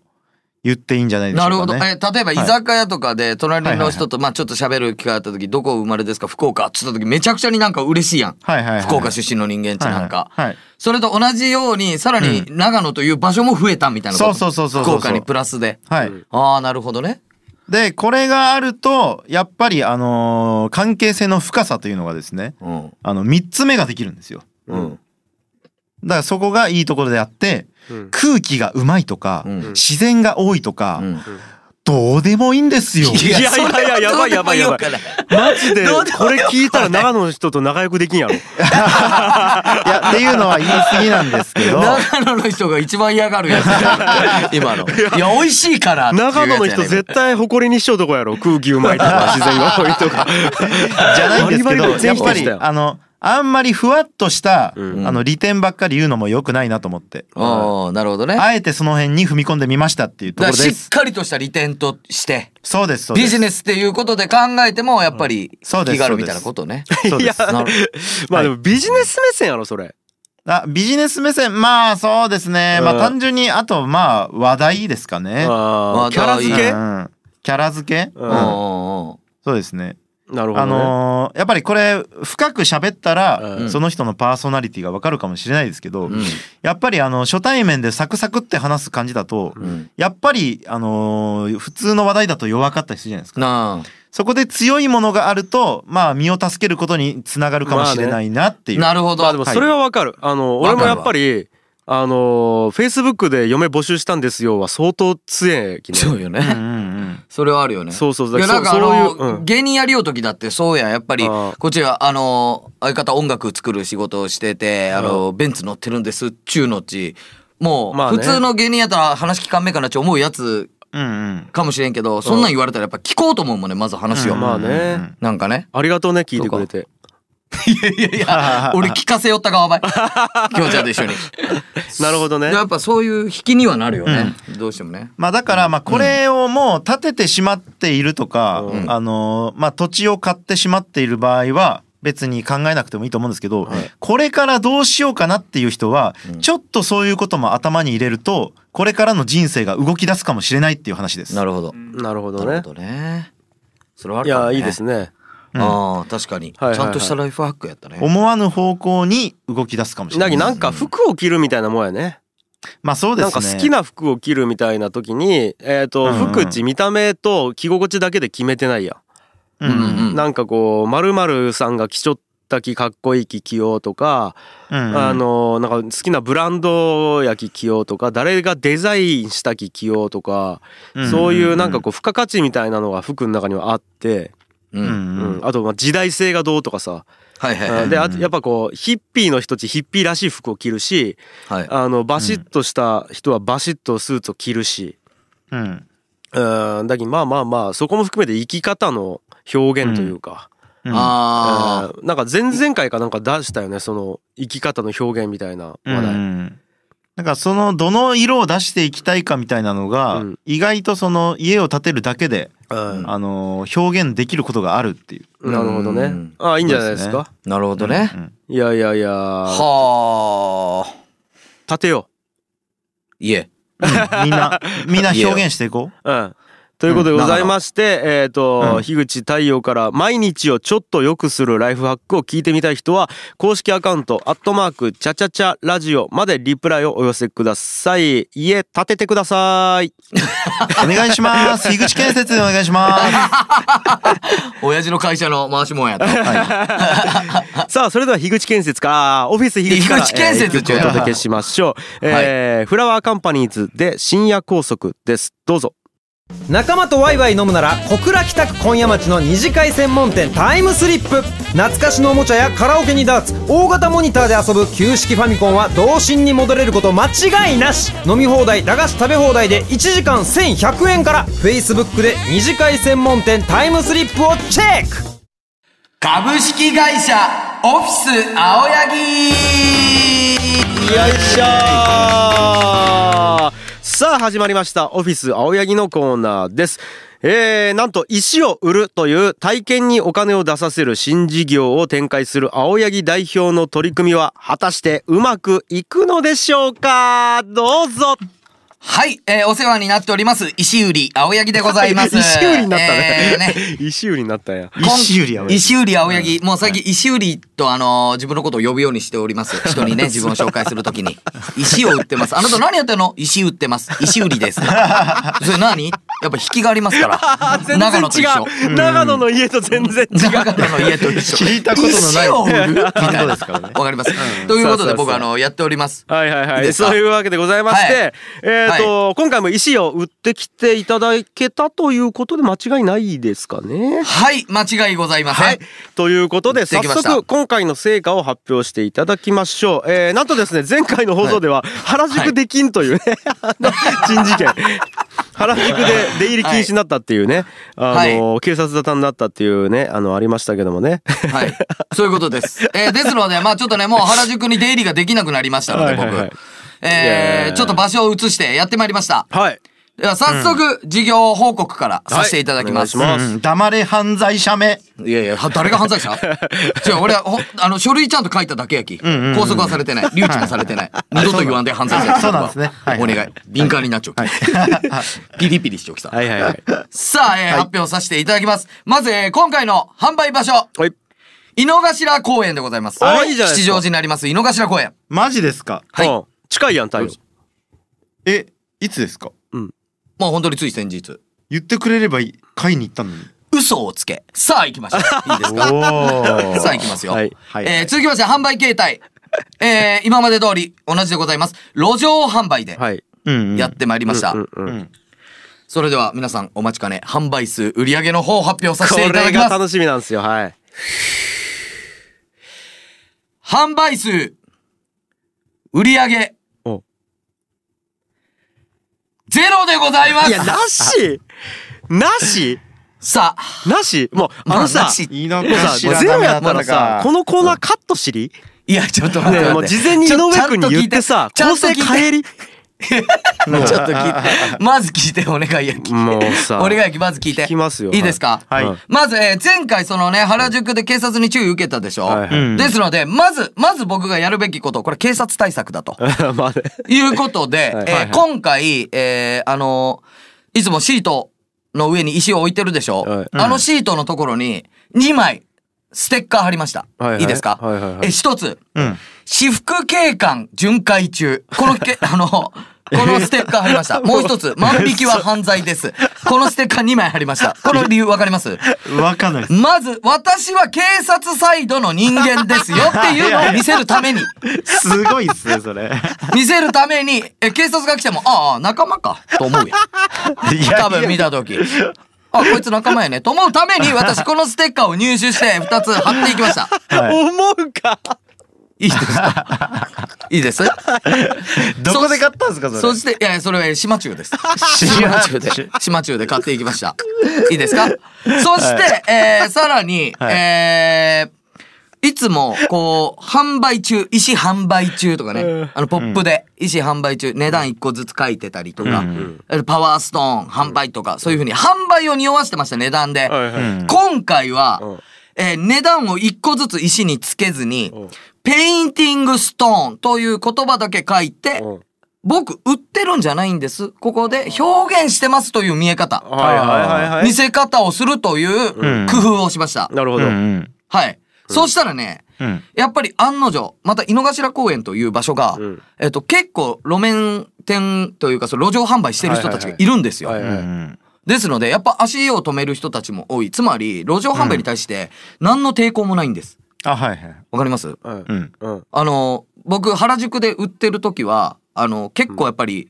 言っていいんじゃないでしょ
な
うか
る
ね。
ほど。え、例えば居酒屋とかで隣の人と、まあちょっと喋る機会あった時、どこ生まれですか福岡っつった時、めちゃくちゃになんか嬉しいやん。
はいはいはい、
福岡出身の人間っちなんか。
はいはいはい
それと同じように、さらに長野という場所も増えたみたいなこと。
うんそうそうそうそう
福
そう
岡にプラスで。
はい。
ああ、なるほどね。
でこれがあるとやっぱりあのー関係性の深さというのがですね
うん。
あの3つ目ができるんですよ。
うん。
だからそこがいいところであって
うん
空気がうまいとか、
うん
自然が多いとか、
うん
どうでもいいんですよ。
いやいやいややばいやばいやばい
それはどうでもよくない
マジで
どうでもよく
これ聞いたら長野の人と仲良くできんやろ。
いやっていうのは言い過ぎなんですけど。
長野の人が一番嫌がるやつだよ今の。いや、美味しいからっていうやつ
長
やね
野の人絶対誇りにしちゃうとこやろ。空気うまいとか自然が多いとか。
じゃないんです
バ
けど、
リバリ
やっぱ
全否定した
り、
よ
あの、あんまりふわっとした、
うん
あの、利点ばっかり言うのも良くないなと思って、
ああ、なるほどね。
あえてその辺に踏み込んでみましたっていうと
だ
こ
から
ろで
しっ
す。
かりとした利点として。
そうです、そうです。
ビジネスっていうことで考えてもやっぱり
そうです
気軽みたいなことね。
そ
い
うで
や
す。
なる、
まあでもビジネス目線やろそれ。
あ、ビジネス目線、まあそうですね。まあ
うん
単純に、あと、まあ話題ですかね。
あ
あ
ーキャラ
う
付
ん
け。
うんキャラ付け、
う
うんんうんうん
そうですね。
なるほどね。
あのーやっぱりこれ、深く喋ったら、
うん
その人のパーソナリティがわかるかもしれないですけど、
うん
やっぱりあの、初対面でサクサクって話す感じだと、
うん
やっぱり、あのー普通の話題だと弱かったりするじゃないですか。
なあ
そこで強いものがあると、まあ、身を助けることにつながるかもしれないなっていう。
なるほど。
まあでも
はい
それはわかる。あの
わ
俺
かるわ
もやっぱりあのフェイスブックで嫁募集したんですよは相当強えき
そうよ
う
ね。
んうんうん
それはあるよね。
そうそう
いやなんかあ
そうそういう
の
うん
芸人やりよう時だってそうやんやっぱり
あー
こっちはあの相方音楽作る仕事をしててあのベンツ乗ってるんですっちゅうのっちもう
まあね
普通の芸人やったら話聞かんめかなっち思うやつ
うんうん。
かもしれんけどそんなん言われたらやっぱ聞こうと思うもんねまず話を。
まあね。
なんかね。
ありがとうね聞いてくれて。
いやいや、俺聞かせよった 側ばい。きょうちゃんと一緒に。
なるほどね。
やっぱそういう引きにはなるよね。どうしてもね。
まあ、だから、まあ、これをもう立ててしまっているとか、
うん
あのーまあ、土地を買ってしまっている場合は、別に考えなくてもいいと思うんですけど、これからどうしようかなっていう人は、ちょっとそういうことも頭に入れると、これからの人生が動き出すかもしれないっていう話です。
なるほど。
なるほど
なる
ね
ほ。どね。それはあ
い
るかも
や
ね。
いいです
ね。
ね。
ああ、確かに。ち
はいはいはい
ゃんとしたライフハックやったね。
思わぬ方向に動き出すかもしれな
ないぎ
です。
なんか服を着るみたいなもんやね。
まあそうです
なん
ね。
か好きな服を着るみたいな時に、えっ、と、
うんうん
服地見た目と着心地だけで決めてないや。
うんうんうん。
なんかこう、〇〇さんが着ちょったきかっこいいき着ようとか、あの、なんか好きなブランドやき着ようとか、誰がデザインしたき着ようとか、
うん
そういうなんかこう、付加価値みたいなのが服の中にはあって、
う
うん
ん。
うんあとまあ時代性がどうとかさ、
はいはい
あ
はい。
であとやっぱこうヒッピーの人たちヒッピーらしい服を着るし
はい。
あのバシッとした人はバシッとスーツを着るし、
うんうん
うん、だけどまあまあまあそこも含めて生き方の表現というか、
うん
あ
うんなんか前々回かなんか出したよねその生き方の表現みたいな
うん
話題。
なんかそのどの色を出していきたいかみたいなのが、
うん
意外とその家を建てるだけで、
うん
あのー表現できることがあるっていう。
なるほど
う
ね
ん。
あいいんじゃないです
そうで
か。
あ。なるほどね
う。ん
いやいやいや。
はあ。
立てよ
いえ。
うん みんなみんな表現していこ
う。うん。ということでございまして、えっ、と、
うん
樋口太陽から毎日をちょっと良くするライフハックを聞いてみたい人は、公式アカウント、アットマーク、チャチャチャラジオまでリプライをお寄せください。家建ててください。
う。お願いし ます。樋口建設でお願いします。
親父の会社の回しもんやと。
さあ、それでは樋口建設か、あーオフィス樋口から
樋口建設
えー一曲お届けしましょう。えーフラワーカンパニーズで深夜拘束です。どうぞ。
仲間とワイワイ飲むなら小倉北区今夜町の二次会専門店タイムスリップ懐かしのおもちゃやカラオケにダーツ大型モニターで遊ぶ旧式ファミコンは童心に戻れること間違いなし飲み放題駄菓子食べ放題で1時間1100円から Facebook で二次会専門店タイムスリップをチェック
株式会社オフィス青柳
よいしょーさあ始まりましたオフィス青柳のコーナーですえー、なんと石を売るという体験にお金を出させる新事業を展開する青柳代表の取り組みは果たしてうまくいくのでしょうかどうぞ
はい、えーお世話になっております石売り青柳でございま す
石売りになったね,、
えーね
石売りになったんや
石売りやばい。
石売り青柳、もう最近石売りとあのー自分のことを呼ぶようにしております。 人にね、自分を紹介するときに。石を売ってます。あなた何やってんの石売ってます。石売りです。そ れ何やっぱ引 きがありますから。
全然
長
違
野 と一緒。
う長野の家と全然違う
長野の家と一緒。
聞いたことのない
石を売るみ た
こ
いな。
と
わ
ですからね
かります。と
そう
いうこと
そうそ
で
う
僕あの、やっております。
はいはいはい
いいですか
そういうわけでございまして、
はい
えっ、と、今回も石を売ってきていただけたということで間違いないですかね。
はい、間違いございません。
はい。ということで、
で
早
きました
速、今回の成果を発表していただきましょう。えー、なんとですね、前回の放送では、原宿できんというね、あの、珍事件。原宿で出入り禁止になったっていうね、
はい
あの、警察沙汰になったっていうね、あの、ありましたけどもね。
はい。そういうことです。えーですので、まあちょっとね、もう原宿に出入りができなくなりましたので、
はいはいはい
僕。
やい
え
や
ー、ちょっと場所を移してやってまいりました。
はい。
では早速、事業報告からさせていただきます。
はいお願いし
うん黙れ犯罪者め。
い、やいや、は誰が犯罪者違う、俺は、ほあの、書類ちゃんと書いただけやき。拘束はされてない。留置もされてない。二度と言わんで犯罪者
そうなんですねはい
お願い。敏感になっちゃうき。 ピリピリしちゃうきさ。
はいはいはい。
さあ、えー発表させていただきます。まず、えー今回の販売場所、
はい。
井の頭公園でございます。
あいいじゃないですか
吉祥寺にあります、井の頭公園。
マジですか。
はい
うん近いやん、太陽。
え、いつですか。
もう本当につい先日。
言ってくれればいい買いに行ったの に。
嘘をつけ。さあ、行きましょう。いいです か
お
さあ、行きますよ。
はい
はい
えー続きまして、販売形態。えー今まで通り同じでございます。路上販売で
はい。
うんうん
やってまいりました。
うんうん
ん
それでは皆さんお待ちかね、販売数、売上の方を発表さ
こ
せていただ
れ
き
が
ます。
楽しみなんですよ。はい。
販売数、売上
お
ゼロでございま
いや、
す。
なしなし
さあ、
なしもう、あの
まあ
さ
な、し
いの
もうさ、
頭
ゼロやったらさ
が、
このコーナーカット知り
いや、ちょっと待って
ねえも
待
う
って。
事前に井上くんに言ってさ、
ちょ
構
ちゃ
成
んと聞いて
変えり
ちょっと聞いて、ちょっと聞いて。まず聞いて、お願いやき。
もうさ、
お願いやき、まず聞いて。
聞きますよ
いいですか
はい
はい
まず、えー前回そのね、原宿で警察に注意受けたでしょ、
はいは
うん
ですので、まず、まず僕がやるべきこと、これ警察対策だと。
まあね。
いうことで、
はい
えー
はいはい
今回、えーあのーいつもシートの上に石を置いてるでしょ、
はい
あのシートのところに2枚ステッカー貼りました。
はい
い
はい
いですか、
はいはいはい
えー、一つ、
うん
私服警官巡回中。この け、あの、このステッカー貼りました。もう一つ、万引きは犯罪 です。このステッカー2枚貼りました。この理由わかります
わかんないです。
まず、私は警察サイドの人間ですよっていうのを見せるために、
すごいっすね、それ。
見せるために、え警察が来ても、ああ、仲間か、と思うやん。
い
多分見た時あこいつ仲間やねと思うために私このステッカーを入手して2つ貼っていきました
はい
思うか
いいですかいいです
どこで買ったんですか、そ
そ
れ。
していやいやそれは島中です
島
島中で島中で買っていきましたいいですかそして、えーさらに、
はい
えーいつも、こう、販売中、石販売中とかね、あの、ポップで、石販売中、値段一個ずつ書いてたりとか、パワーストーン販売とか、そういうふうに、販売を匂わしてました、値段で。
はいはい
うん
今回は、
うん
えー値段を一個ずつ石につけずに、
うん
ペインティングストーンという言葉だけ書いて、
うん
僕売ってるんじゃないんです。ここで表現してますという見え方、
はいはいはいはい
見せ方をするという
うん
工夫をしました。
なるほ
うん
ど、
うん
はい。そうしたらね、
うん。
やっぱり案の定、また井の頭公園という場所が、
うん
えっと、結構路面店というか、その路上販売してる人たちがいるんですよ。
はいはいはいはい
うん
ですので、やっぱ足を止める人たちも多い。つまり、路上販売に対して、何の抵抗もないんです。
あ、はいはい。
わかります
うん
うん。
うん
あの、僕、原宿で売ってる時は、あの、結構やっぱり、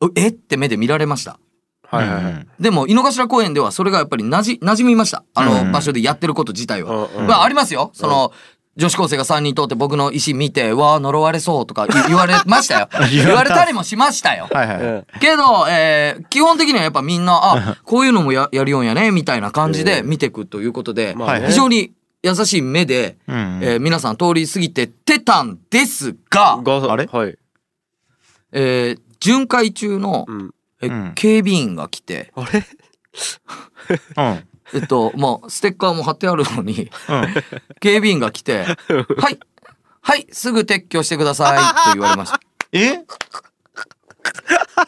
うえって目で見られました。
はいはいはい
うん
でも、井の頭公園では、それがやっぱりなじ、馴染みました。あ
う
の、
ん
場所でやってること自体は。
うんうん
まあ、ありますよ。その、女子高生が3人通って僕の石見て、わあ、呪われそうとか言言われました よ。
言われた
言われたりもしましたよ。
はいは
う
い。
ん
けど、えー基本的にはやっぱみんな、あ、こういうのもややるようやね、みたいな感じで見てくということで、
まあね
非常に優しい目で、
うん
えー皆さん通り過ぎてってたんですが、
が
あれ
はい
えー巡回中の、
うん
え
うん
警備員が来て、
あれ
うん。
えっと、もうステッカーも貼ってあるのに、
うん。
警備員が来て、はい、はい、すぐ撤去してくださいって言われました。
え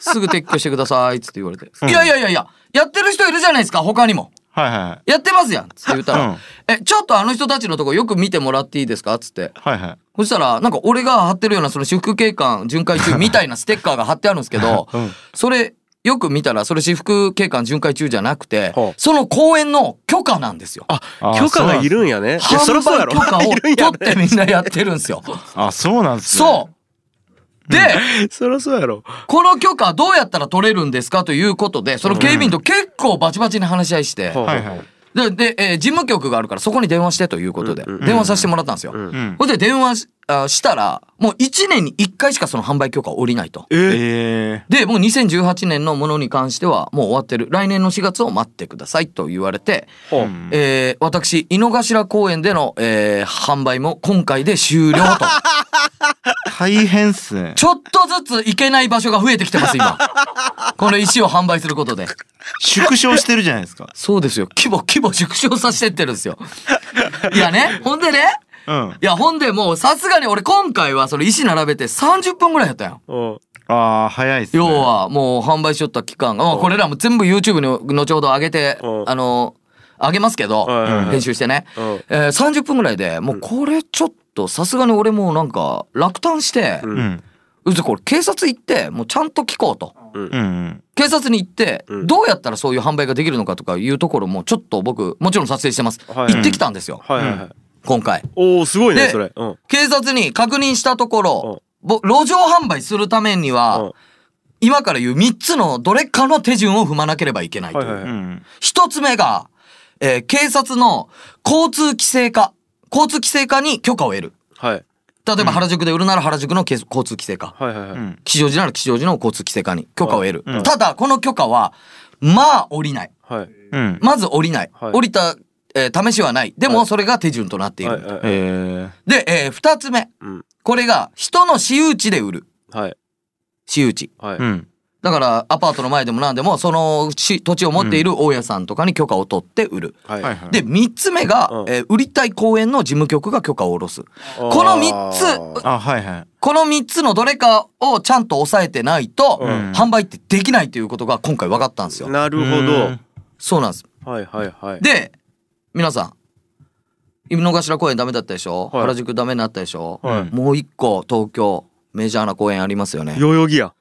すぐ撤去してくださいっつって言われて。
ん
いやいやいやいや、やってる人いるじゃないですか、他にも。
はいは
やってますやんっつって言ったら、
うん
え、ちょっとあの人たちのとこよく見てもらっていいですかっつって。
い。はいはい。
そしたら、なんか俺が貼ってるようなその私服警官巡回中みたいなステッカーが貼ってあるんですけど、
うん
それ、よく見たら、それ私服警官巡回中じゃなくて
ほ、う
その公園の許可なんですよ。
あ
あ
許可がいるんやねいやそり
販
ゃそうや
売
ろ
許可を
いるん
取
や
ってみんなやってるんで すよ。
あ、そうなんですね
そうで、
ね そりゃそうやろ
この許可どうやったら取れるんですかということで、その警備員と結構バチバチに話し合いして、
は
はいはい。
で、で、えー事務局があるからそこに電話してということで、
うんうん
電話させてもらったんですよ。
うん
うん
ほ、んで電話しあしたら、もう1年に1回しかその販売許可下りないと。
え
え
で、もう2018年のものに関してはもう終わってる。来年の4月を待ってくださいと言われて、
ほう
えー私、井の頭公園での、えー販売も今回で終了
ー、
と。
大変っすね。
ちょっとずつ行けない場所が増えてきてます、今。この石を販売することで。
縮小してるじゃないですか。
そうですよ。規模、規模縮小させてってるんですよ。いやね、ほんでね、
うん。
いや、ほんでもう、さすがに俺今回はその石並べて30分ぐらいやったよ。
うん
ああ、早いっすね。
要は、もう販売しよった期間が、まあこれらも全部 YouTube に後ほど上げて
う、ん
あの、上げますけど
はいはいは、い
編集してね。
う
え
ん
ー30分ぐらいで、もうこれちょっと、さすがに俺もうなんか、落胆して、
ん
うん。
うずこれ警察行って、もうちゃんと聞こうと。
うんうん。
警察に行って、
うん
どうやったらそういう販売ができるのかとかいうところもちょっと僕もちろん撮影してます、
はい
行ってきたんですよ、
はいはいはい
今回
おおすごいね
で
それうん
警察に確認したところ、ぼ路上販売するためには、
うん
今から言う3つのどれかの手順を踏まなければいけないという、
はいはいは
う
い
ん。
1つ目が、えー警察の交通規制課交通規制課に許可を得る
はい
例えば原宿で売るなら原宿のけ交通規制課、
はいはいは
う
い
ん。
吉祥寺なら吉祥寺の交通規制課に許可を得る、
うん
ただこの許可はまあ降りない
はい
うん。
まず降りない。
はい
降りた、えー試しはない。で
は
も、
い
それが手順となっている。
はいはいはい
え
で、えー二つ目。
うん
これが、人の私有地で売る。
はい
私有地。
はい
ー、うん。
だから、アパートの前でも何でも、そのし土地を持っている大家さんとかに許可を取って売る。
はい
はいはい。
で、三つ目が、
うん
えー売りたい公園の事務局が許可を下ろす。
こ
この三つ
あ、はいはい。
この三つのどれかをちゃんと押さえてないと、
うん
販売ってできないということが今回分かったんですよ。
なるほ
うん
ど。
そうなんです。
はいはいはい。
で、皆さん、井の頭公園ダメだったでしょ、
はい
原宿ダメになったでしょ、
はい
もう一個東京メジャーな公園ありますよね。
代々木や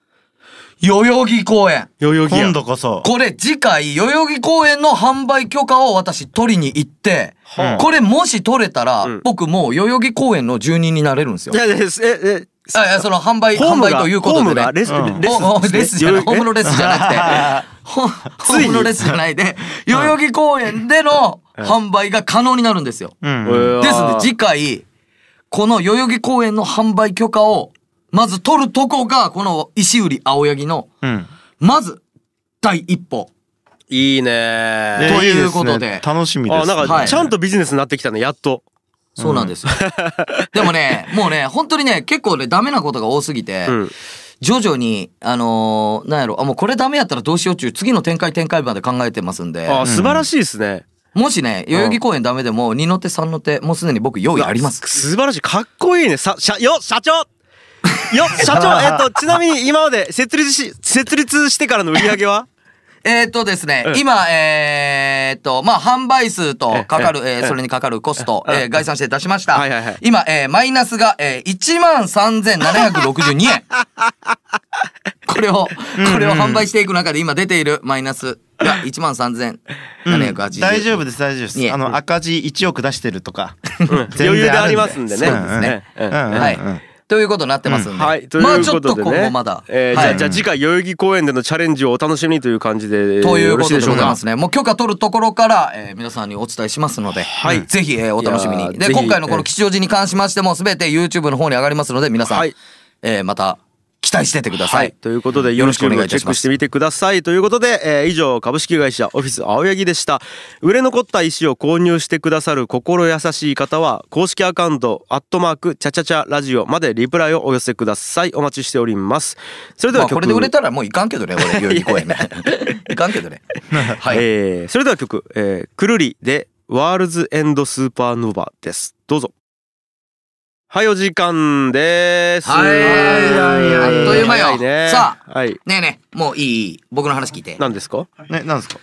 代々木公園
代々木や
今度こそ。
これ次回代々木公園の販売許可を私取りに行って、
はあ
これもし取れたら、
うん
僕もう代々木公園の住人になれるんですよ。
いやいやええ
あいやその販売
ホー
販
ム
売
が
というこ
ホー
と
ム
で
が
ね。
レス
うん
レスレスじゃない、ホームのレスじゃなくて、ホ ホ
ついに
ームのレスじゃないで、代々木公園での販売が可能になるんですよ。
うん
の
ですので、次回、この代々木公園の販売許可を、まず取るとこが、この石売青柳の、
うん。
まず、第一歩。
いいね
ということで
えーいいすね楽しみで
あ
す。
なん
は
か
い
ちゃんとビジネスになってきたねやっと
そうなんですよ。でもね、もうね、本当にね、結構ね、ダメなことが多すぎて、
うん
徐々に、あのーなんやろ、あ、もうこれダメやったらどうしようっちゅう、次の展開展開まで考えてますんで、
あ素晴らしいですね
もしね、代々木公園ダメでも、二の手三の手、もうすでに僕用意あります。
素晴らしいかっこいいねさ社よ社 長よ社長えっとちなみに今まで設立し設立してからの売り上げは
えーっとですね、
うん
今、えーっと、まあ、販売数とかかる、えーそれにかかるコスト、えー概算して出しました。
はいはいはい
今、えーマイナスが、えー、13,762円。 これを、これを販売していく中で今出ているマイナスが13,780円。
大丈夫です大丈夫で
いえ
す。あの赤字1億出してるとか。
うん余裕でありますんでね
そうですね
うんうん
うん
はい
うん。
ということになってますんで。
はい、ということでね。
まあちょっと今後まだ。
えーじゃ
は
あ、
い
じゃあ次回代々木公園でのチャレンジをお楽しみにという感じで。
ということで
よろし
ございま
か
すね。もう許可取るところから、えー皆さんにお伝えしますので、
はい
ぜひ、えーお楽しみ
いや
に。
ー
で、
ぜひ
今回のこの吉祥寺に関しましても、すべて YouTube の方に上がりますので、皆さん、
はい
えーまた期待しててくださ。
はいい、ということで、
よろしくお
YouTube
願い
を
い
チ
た
ェ
し
ック
ま
し
す
て。みてください。ということで、えー以上、株式会社オフィス青柳でした。売れ残った石を購入してくださる心優しい方は、公式アカウント、アットマーク、チャチャチャラジオまでリプライをお寄せください。お待ちしております。それで
ま
は
あ、
曲、
これで売れたらもういかんけど ね、俺、代々木公園ね。 いかんけどね。はい。
えーそれでは曲、えー、くるりでワールズエンドスーパーノーバです。どうぞ。はい、お時間です。
はい
あっという間
よ
早いね、
さ
あ。はい。
ねえねえ、もういい僕の話聞いて。
何ですか
ねなんですか。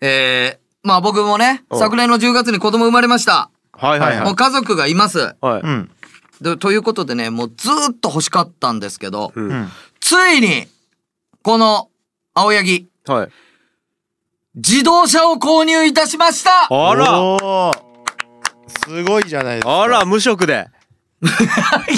えー、まあ僕もね、
うん
昨年の10月に子供生まれました。
はいはいは
もう
い。
家族がいます。
はい。
うん
でということでね、もうずーっと欲しかったんですけど、
うん
うん。
ついに、この、青柳、
はい。
自動車を購入いたしました
あら、
おー。すごいじゃないですか。
あら、無職で。
いやい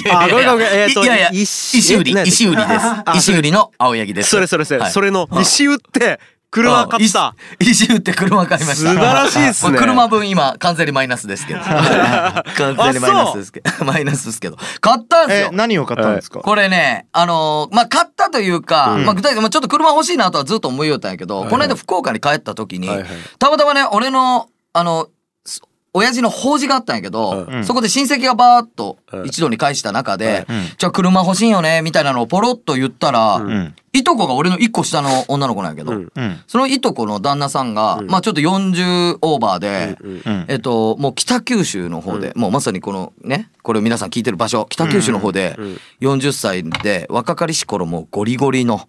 や
あごめんごめんえーと
いやいや、
石
石売り
え、何
石売りです。石売りの青柳です。
それそれそれ、
はい
それの石打って車買った。
うん石石売って車買いました。
素晴らしいっすね
まあ車分今、完全にマイナスです けど。完全にマイナスですけど。マイナスですけど。買ったんです
え
よ。
何を買ったんですか。
これね、あのーまあ、買ったというか、まあ、具体的に、まあ、ちょっと車欲しいなとはずっと思いよったんやけど、この間福岡に帰った時に、
はいはい
たまたまね、俺の、あの、す親父の法事があったんやけど、
うん
そこで親戚がバーっと
うん
一度に返した中で、
うん
じゃあ車欲しいよね、みたいなのをポロッと言ったら、
うん
いとこが俺の一個下の女の子なんやけど、
うん
うん
そのいとこの旦那さんが、
ん
まあちょっと40オーバーで、
うん
うん
えっと、もう北九州の方で、もうまさにこのね、これを皆さん聞いてる場所、北九州の方で、
うん
40歳で若かりし頃もうゴリゴリの、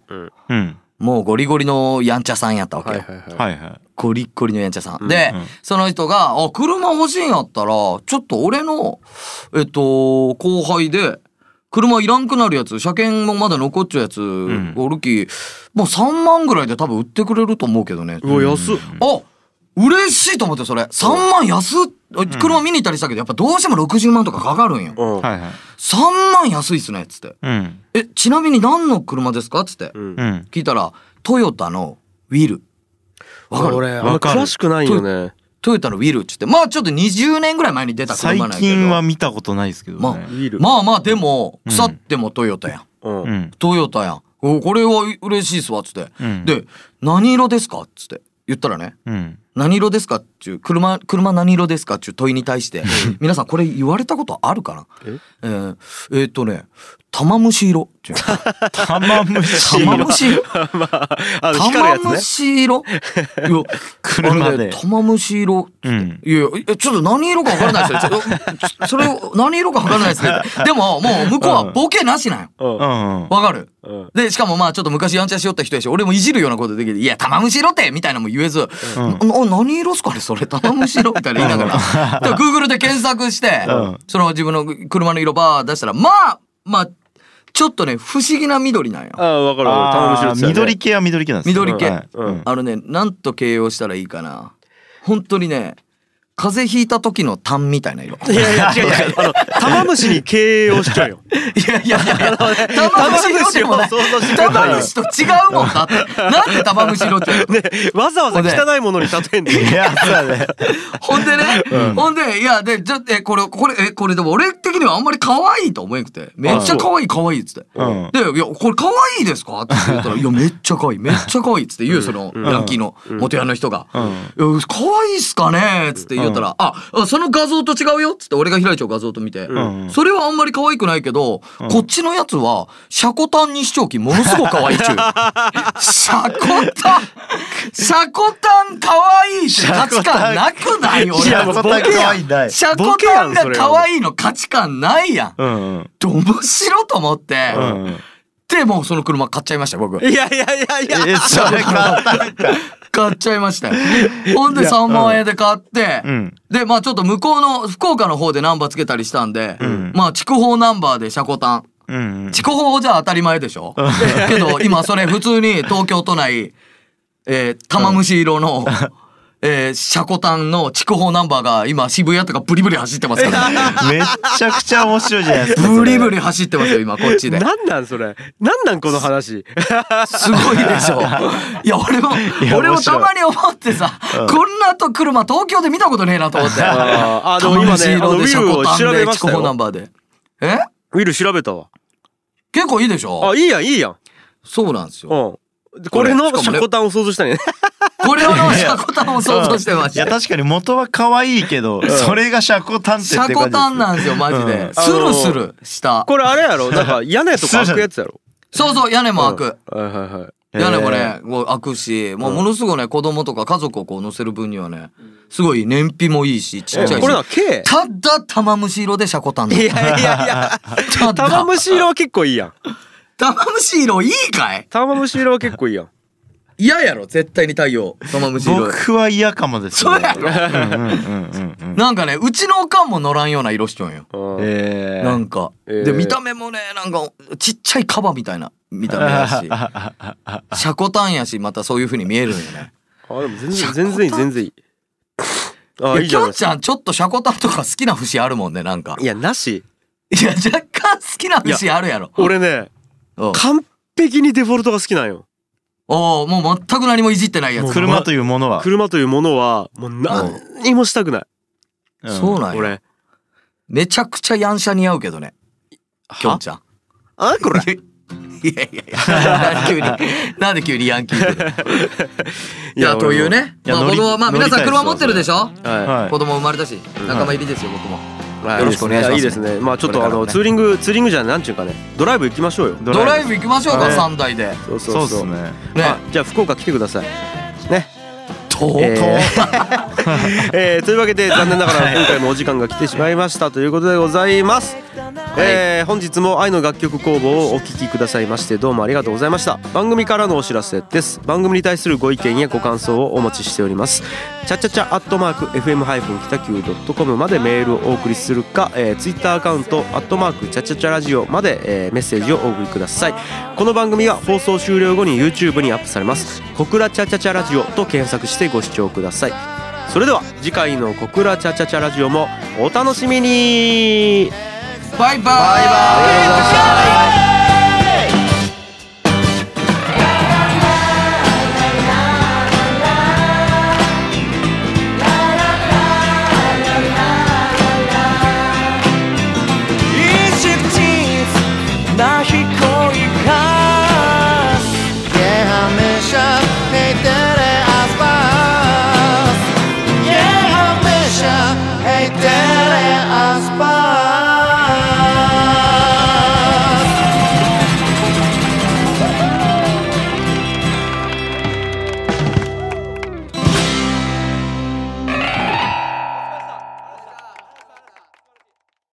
うん
もうゴリゴリのやんちゃさんやったわけ
は
よ。
いはいはい。
はいはい。
ゴリッゴリのやんちゃさん。で、
うん
その人が、あ、車欲しいんやったら、ちょっと俺の、えっと、後輩で、車いらんくなるやつ、車検もまだ残っちゃうやつ、
ん
おるき、もう3万ぐらいで多分売ってくれると思うけどね。
うわ、安っ。
あ嬉しいと思ってそれ3万安っ車見に行ったりしたけどやっぱどうしても60万とかかかるんよ
うん。
はいはい。
3万安いっすねっつって
うん
「えちなみに何の車ですか?」っつって
うん
うん。
聞いたらトヨタのウィルわかる
俺、あんま
わかる
詳しくないよね。
トヨタのウィルっつってまあちょっと20年ぐらい前に出た
最
車なんやけど
近は見たことないですけど
まあ
ウ
ね。
ィル。
まあまあでも
うん
腐ってもトヨタやん、
うん
う。ん
トヨタやんおこれは嬉しいっすわっつって、
うん
で「何色ですか?」っつって言ったらね
うん。
何色ですかっちゅう車車何色ですかっちゅう問いに対して皆さんこれ言われたことあるかな
え
えーえーっとね玉虫色っていう
玉虫
玉虫色
まあ、あの、光る
玉
やつね。
虫色いや
車で
あのね玉虫色
うん。
いやいやえちょっと何色か分からないですよちょちょそれを何色か分からないですけどでももう向こうはボケなしなんよ
うん
う。んうん。
わかる
うん
で、しかもまあちょっと昔やんちゃしよった人やし、俺もいじるようなことできる。いや、玉虫色ってみたいなのも言えず、
ん
な何色っすかねそれ頼むしろみたいな言いながら。だから Google で検索して、
うん
その自分の車の色ばー出したら、まあ、まあ、ちょっとね、不思議な緑なんよ。
ああ、わかるわかる。頼もしい
あ
で
ー
すよね。
緑系は緑系なんですね
緑系
はい
うん
あのね、なんと形容したらいいかな。本当にね、風邪ひいた時の痰みたいな色。い
いやいや、違う 違う。あの、玉虫に経営をしちゃうよ。
やいやいやいや、 玉
玉
虫色
虫
で
を
もない。
想像してくれた
玉
ら
虫と違うも んだって。なんで玉虫色って。
ね、わざわざ汚いものに例えんで。
いやそうだね
ほんでね、ほんで、いや、で、ちょっと、え、これ、これ、え、これ、でも俺的にはあんまり可愛いと思えなくて、めっちゃ可愛い可愛いっつって。
うん
で、いや、これ可愛いですかって言 ったら、いや、めっちゃ可愛い、めっちゃ可愛いっつって言うよ、その、ヤンキーの元ヤンの人が。いや可愛いっすかねっつって言ったら、あ、あその画像と違うよっつって、俺が開いちゃう画像と見て、
ん
それはあんまり可愛くないけど、こっちのやつは、シャコタンに視聴器ものすごく可愛い っちゅう。シャコタン、シャコタン可愛いって価値観なくない俺
いやもうボケやん可愛いない
シャコタンが可愛いの価値観ないやん。
うんうん
ど面白と思って。
うんうん
で、もうその車買っちゃいました、僕。
いやいやいやいや。
えそれ簡単
買っちゃいましたよ。ほんで3万円で買って、
うん
で、まあちょっと向こうの、福岡の方でナンバーつけたりしたんで、
ん
まあ筑豊ナンバーでシャコタン。
うんうん
筑豊じゃ当たり前でしょけど今それ普通に東京都内、えー、玉虫色の、 えー、シャコタンの筑豊ナンバーが今渋谷とかブリブリ走ってますから、
めっちゃくちゃ面白いじゃないですか
ブリブリ走ってますよ今こっちで
なんなんそれ。なんなんこの 話。
すごいでしょいや俺も
いや
俺も
面白い
たまに思ってさ、こんなと車東京で見たことねえなと思って
あーあでも
玉
今ね
虫
あ
色
の
でシャコタン
ウィルを調べ
で
ま
筑
したよ
豊ナンバーでえ
ウィル調べたわ。
結構いいでしょ
あ、いいやん、いいやん。
そうなんですよ
うん。でこれの
し
シ
かもね
ャコタンを想像したね。
これをシャコタンを想像してまし
いや
た
確かに元は可愛いけど、それがシャコタンってって
シ
感じで
ャ
す
コタンなんですよ、マジ
う
で
ん。
スルスルした。
これあれや ろ。なんか屋根とか開くやつやろ。
そうそう、屋根も開く。
はいはいはい。
屋根もね、こう開くし、もうものすごいね、子供とか家族をこう乗せる分にはね、すごい燃費もいいし、ちっちゃ
えこ
い
れ。
し
な、K?
ただ、玉虫色でシャコタンだ
い。やいやい や。
ただ、
玉虫色は結構いいやん。
玉虫色いいかい
玉虫色は結構いいやん。
嫌やろ、絶対に太陽。玉虫色。
僕は嫌かもですね
そうやろ
うんうんうんうん
なんかね、うちのおかんも乗らんような色しちょんよ。
うん
え
なんか。
えー
で、見た目もね、なんか、ちっちゃいカバみたいな、見た目やし。 シャコタンやし、またそういう風に見えるんよね。
あ、でも全然、全然いい、全然いい。あ、いい
いや、き
じゃ
ょ
ない
ん
です
ちゃん、ちょっとシャコタンとか好きな節あるもんね、なんか
か。い。や、なし。
いや、若干好きな節あるやろ。
俺ね、
うん
完璧にデフォルトが好きなんよ。
おおもう全く何もいじってないやつ。
車というものは、
車というものは、もう何にもしたくない。
うん
そうなんや。
俺。
めちゃくちゃやんしゃ似合うけどね。きょんちゃん。
あ、これ。
いやいやいや、急に、なんで急にヤンキーっていや、という。ね。
いや
まあ、
乗り
僕も、まあ、
乗りた
皆
いです
さん車持ってるでしょ
俺は
はい
子供生まれたし、仲間入りですよ、僕
い。
も。
は
よろしくお願いしま
い
す
いですね。まあちょっと
こ
あ
れから
の、
もね
ツーリング、ツーリングじゃないなんちゅうかね、ドライブ行きましょうよ。
ド
ドラ
ライ
イ
ブ
ブ行きましょうか、
はい
3台で。
そうそ
そ
そう。
ううですね
ね
あ。じゃあ福岡来てください。ね。
と
えー
と
えーというわけで残念ながら今回もお時間が来てしまいましたということでございます、えー本日も愛の楽曲工房をお聴きくださいましてどうもありがとうございました番組からのお知らせです番組に対するご意見やご感想をお待ちしておりますチャチャチャアットマーク FM 北九ドットコムまでメールをお送りするか、えー、ツイッターアカウントアットマークチャチャチャラジオまで、えーメッセージをお送りくださいこの番組は放送終了後に YouTube にアップされます「小倉チャチャチャラジオ」と検索してご視聴くださいそれでは次回の「小倉チャチャチャラジオ」もお楽しみに
バイバイ。バイバイ。